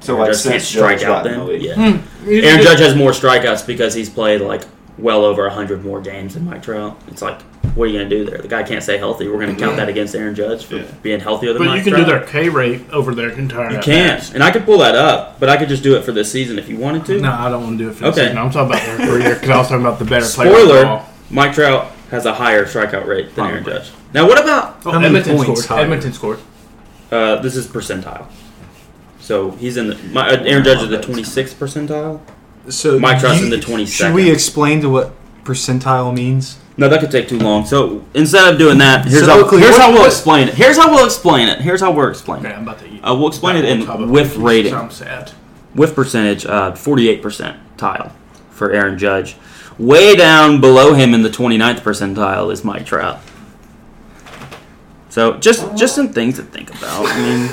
So
Aaron
like
Judge can't
since
strike
Judge
out
got in
then.
the league.
Hmm.
Yeah. Aaron Judge has more strikeouts because he's played like well over hundred more games than Mike Trout. It's like, what are you gonna do there? The guy can't stay healthy. We're gonna count that against Aaron Judge for
Yeah.
being healthier than
But
Mike
you can
Trout.
do their K rate over their entire.
You can, and I could pull that up, but I could just do it for this season if you wanted to.
No, I don't want to do it for
Okay.
okay. season. I'm talking about their career because I was talking about the better player. Oh,
Spoiler: Mike Trout has a higher strikeout rate than Aaron
Probably.
Judge. Now, what about
Oh,
How many
Edmonton
points
scored.
higher?
Edmonton scored.
Uh, this is percentile. So he's in the my, uh, Aaron Judge is the 26th percentile.
So
Mike Trout's
you-
in the 22nd.
Should we explain to what percentile means?
No, that could take too long. So instead of doing that, here's
So,
how
Oakley,
here's
what-
how we'll explain it. Here's how we'll explain it. Here's how we're explaining
Okay,
it.
I'm about to eat.
Uh, we'll explain it
That
in
whole tub of
with
cookies,
rating.
So I'm sad.
With percentage, uh, 48 percentile for Aaron Judge. Way down below him in the 29th percentile is Mike Trout. So just just some things to think about. I mean,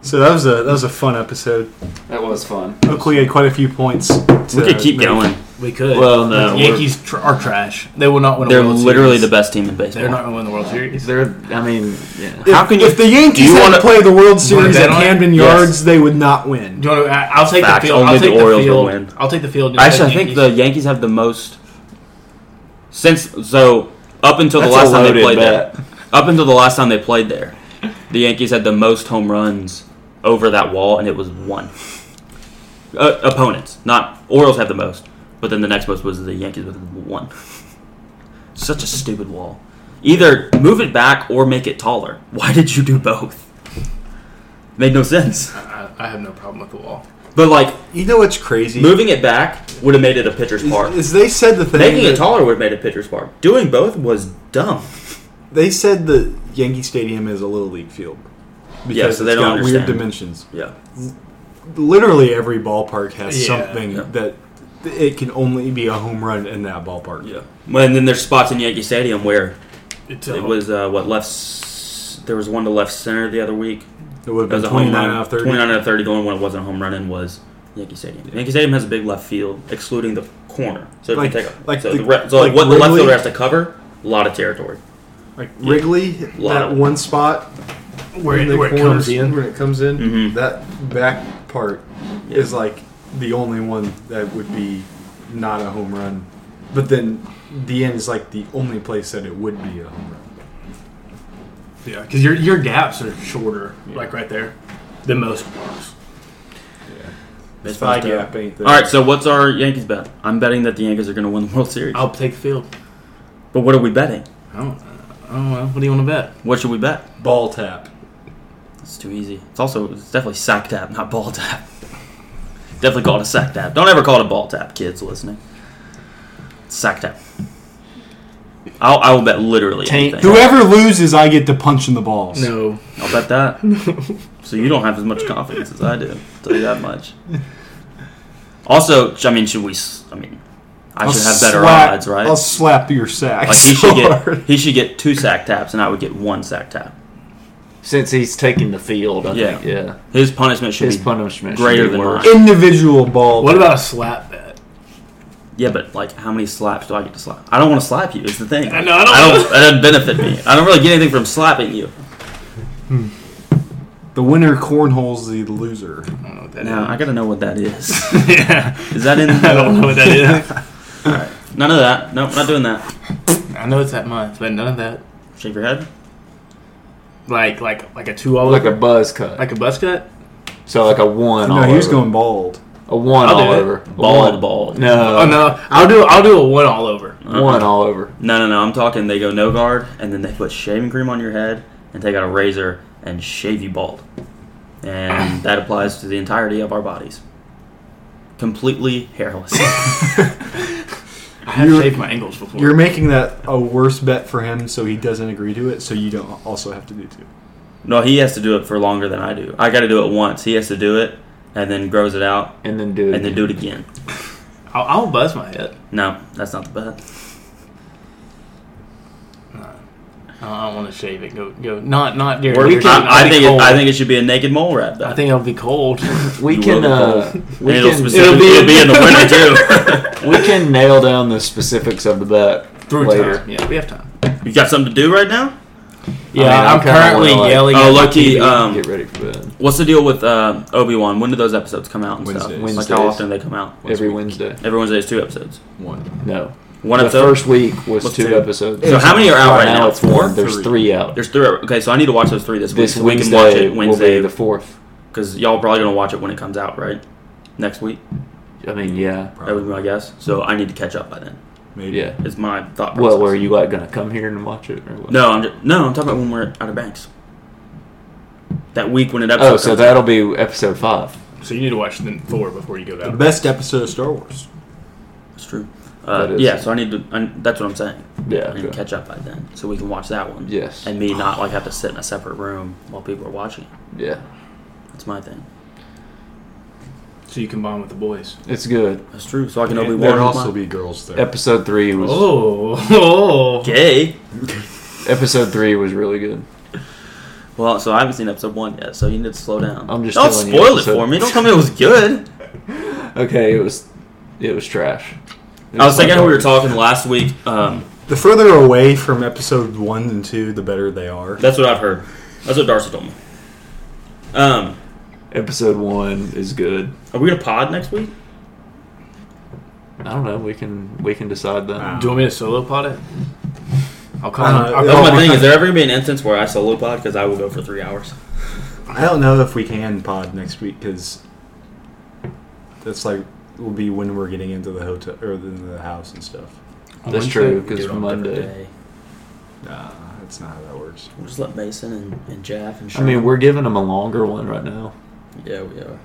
So that was a that was a fun episode.
That was fun.
Oakley had quite a few points. To
we could keep
make.
going.
We could.
Well, no,
the Yankees tr- are trash. They will not win.
They're
a World
literally
Series.
the best team in baseball.
They're not going to win the World Series.
There, I mean, yeah.
How can you?
If the Yankees
Do you
had to
wanna-
play the World Series
bet
at
on it?
Camden
Yes.
Yards, they would not win.
Do you want to, I- I'll take
Facts.
the field.
Only
I'll
the
take the,
Orioles will
field.
win.
I'll take the field. and
Actually, I
take
think the
Yankees.
Yankees have the most since so up until the
That's
last
a
time they
loaded
played
bet.
there. Up until the last time they played there, the Yankees had the most home runs over that wall, and it was one. Uh, opponents, not Orioles, have the most, but then the next most was the Yankees with one. Such a stupid wall. Either move it back or make it taller. Why did you do both? Made no sense.
I, I have no problem with the wall.
But like
You know what's crazy?
moving it back would have made it a pitcher's
Is,
park.
is they said the thing.
Making it
that-
taller would have made it pitcher's park. Doing both was dumb.
They said the Yankee Stadium is a little league field because
Yeah, so they
it's
don't
got
understand.
weird dimensions.
Yeah.
Literally every ballpark has
Yeah.
something
Yeah.
that it can only be a home run in that ballpark.
Yeah. Well, and then there's spots in Yankee Stadium where
It's a-
it was uh, what left. s- There was one to left center the other week.
It would
It was a
have been
home
29
run.
out of 30.
29 out of 30. The only one that wasn't a home run in was Yankee Stadium. Yankee Stadium has a big left field, excluding the corner. So if
Like-
you take a,
like
so,
the-
the, re- so
like
what the left
Wrigley?
fielder has to cover, a lot of territory.
Like Wrigley,
Lot
that
of-
one spot
where,
in the
it, where it
corners,
comes in.
when it comes in,
Mhm.
that back part is like the only one that would be not a home run. But then the end is like the only place that it would be a home run.
Yeah, because your your gaps are shorter, like right there, than most parks.
It's
Baseball's
five
terrible.
gap ain't there.
All right. So what's our Yankees bet? I'm betting that the Yankees are going to win the World Series.
I'll take the field.
But what are we betting?
I don't, I don't know. What do you want to bet?
What should we bet?
Ball tap.
It's too easy. It's also it's definitely sack tap, not ball tap. definitely call it a sack tap. Don't ever call it a ball tap, kids listening. Sack tap. I'll, I will bet literally
Tank.
anything.
Whoever loses, I get to punch in the balls.
No.
I'll bet that. so you don't have as much confidence as I do. I'll tell you that much. Also, I mean, should we? s- I mean, I should have better odds, right?
I'll slap your sack.
like he should
hard.
get he should get two sack taps, and I would get one sack tap.
Since he's taking the field, I
Yeah.
think, yeah.
His punishment should
His
be
punishment should
greater
be
than
worse.
mine.
individual ball.
What about a slap bet?
Yeah, but like, how many slaps do I get to slap? I don't want to slap you. Is the thing.
I know, I don't wanna-
That doesn't benefit me. I don't really get anything from slapping you.
the winner cornholes the loser?
I don't know what that
Now I gotta know what that is.
is. yeah.
Is that in?
I don't know what that is.
None of that. Nope, not doing that.
I know it's that month, but none of that.
Shake your head.
Like like like a two all
Like a
over.
buzz cut.
like a bus cut.
so like a one.
No,
all
he was
over.
going bald.
a one
I'll do
all
it.
over. A
Bald,
one.
bald.
No,
oh no, I'll do I'll do a one all over.
Uh-uh.
one all over.
No, no, no. I'm talking. They go no guard, and then they put shaving cream on your head and take out a razor and shave you bald. And that applies to the entirety of our bodies. Completely hairless.
I have
You're-
shaved my angles before.
You're making that a worse bet for him, so he doesn't agree to it. So you don't also have to do too.
no, he has to do it for longer than I do. I got to do it once. He has to do it, and then grows it out,
And then do it.
and then do it again.
I'll, I'll buzz my head.
No, that's not the bet.
I don't want to shave it. Go go. Not not during.
We're-
the winter.
I, I
It'll be
think it,
cold.
I think it should be a naked mole rat.
I
Bet.
think it'll be cold.
we
You
can.
will
Uh,
And
we
it'll
can.
specifically it'll be,
it'll be-
in the winter
we can nail down the specifics of the bet
Through
later.
time. Yeah, we have time.
too. you got something to do right now?
Yeah,
mean, I'm
I am
kinda
currently
wanna, like-
yelling.
Oh,
at my
lucky,
TV.
um,
Get ready for that.
What's the deal with uh, Obi Wan? When do those episodes come out and stuff?
Wednesdays.
Like how
Wednesdays.
often do they come out?
Every
week.
Wednesday.
Every Wednesday is two episodes.
One.
No.
One
the
episode.
first week was
What's
two
two?
episodes.
so how many are out
Right
right
now,
now?
it's one. There's
Three.
three out.
There's three. Okay, so I need to watch those three this,
this
week. So we
Wednesday,
can watch it
will
Wednesday
be the fourth.
because y'all probably gonna watch it when it comes out, right? Next week.
I mean, yeah,
That would be my guess. So I need to catch up by then.
Maybe.
yeah.
It's my thought process.
Well, are you like gonna come here and watch it? Or what?
No, I'm just, no. I'm talking about when we're at Outer Banks. That week when an episode.
Oh, so
comes
that'll be episode five.
so you need to watch the four before you go
The
down.
best episode of Star Wars.
It's true. Uh,
That is-
yeah, so I need to. I, that's what I'm saying.
Yeah.
I need to
okay.
catch up by then, so we can watch that one.
Yes.
And me not like have to sit in a separate room while people are watching.
Yeah.
That's my thing.
So you can bond with the boys.
It's good.
That's true. So I can only
There'd
watch. Oh.
also be girls there.
Episode three was
Oh, oh.
gay.
episode three was really good.
Well, so I haven't seen episode one yet, so you need to slow down.
I'm just
don't
telling you
spoil it
episode-
for me. Don't tell me it was good.
Okay, it was it was trash. It
I was thinking
like
how we were talking last week. Um,
The further away from episode one and two, the better they are.
that's what I've heard. That's what Darcy told me. Um,
episode one is good.
are we gonna pod next week?
I don't know. We can we can decide that.
Wow.
Do you want me to solo pod it? I'll call.
Uh,
I'll
That's
call
my
my-
thing. Is there ever gonna be an instance where I solo pod because I will go for three hours?
I don't know if we can pod next week because that's like will be when we're getting into the hotel or into the house and stuff.
on
That's
Wednesday?
true
We do
because
it on a different
Monday.
day.
Nah, that's not how that works.
We'll just let Mason and, and Jeff and
I mean, we're giving them a longer one right now,
yeah, we are.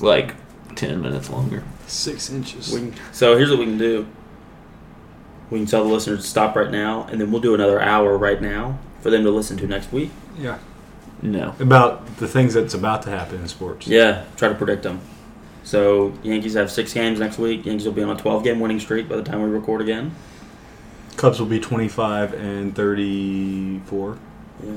like ten minutes longer.
Six inches.
We can, so here's what we can do. We can tell the listeners to stop right now, and then we'll do another hour right now for them to listen to next week.
Yeah.
No,
About the things that's about to happen in sports.
Yeah, try to predict them. So Yankees have six games next week. Yankees will be on a 12 game winning streak by the time we record again.
Cubs will be 25 and 34.
Yeah.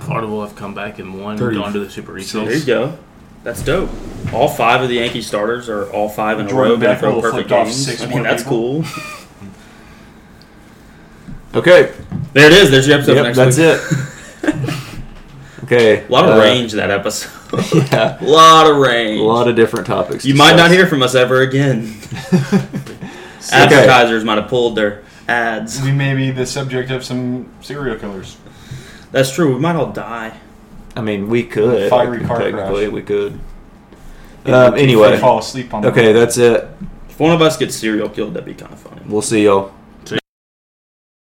Florida will have come back and won,
Thirty-
gone to the Super
So there you
Regionals.
go. That's dope. All five of the Yankee starters are all five in a
Jordan
row going to throw
Beckel
perfect
flipped off
games.
six
I mean,
more
that's
people.
cool.
okay,
There it is. There's your episode
yep,
next
that's
week.
it. okay,
A lot of
uh,
range that episode.
Yeah,
a lot of
a
range.
lot of different topics.
you might not
discussed.
hear from us ever again. Advertisers might have pulled their ads.
We may be the subject of some serial killers.
That's true. We might all die.
I mean, we could.
Fiery
like,
car
technically,
crash.
we could. Um,
They
Uh, anyway,
fall asleep on the
okay, that's it.
If one of us gets serial killed, that'd be kind of funny.
We'll see y'all.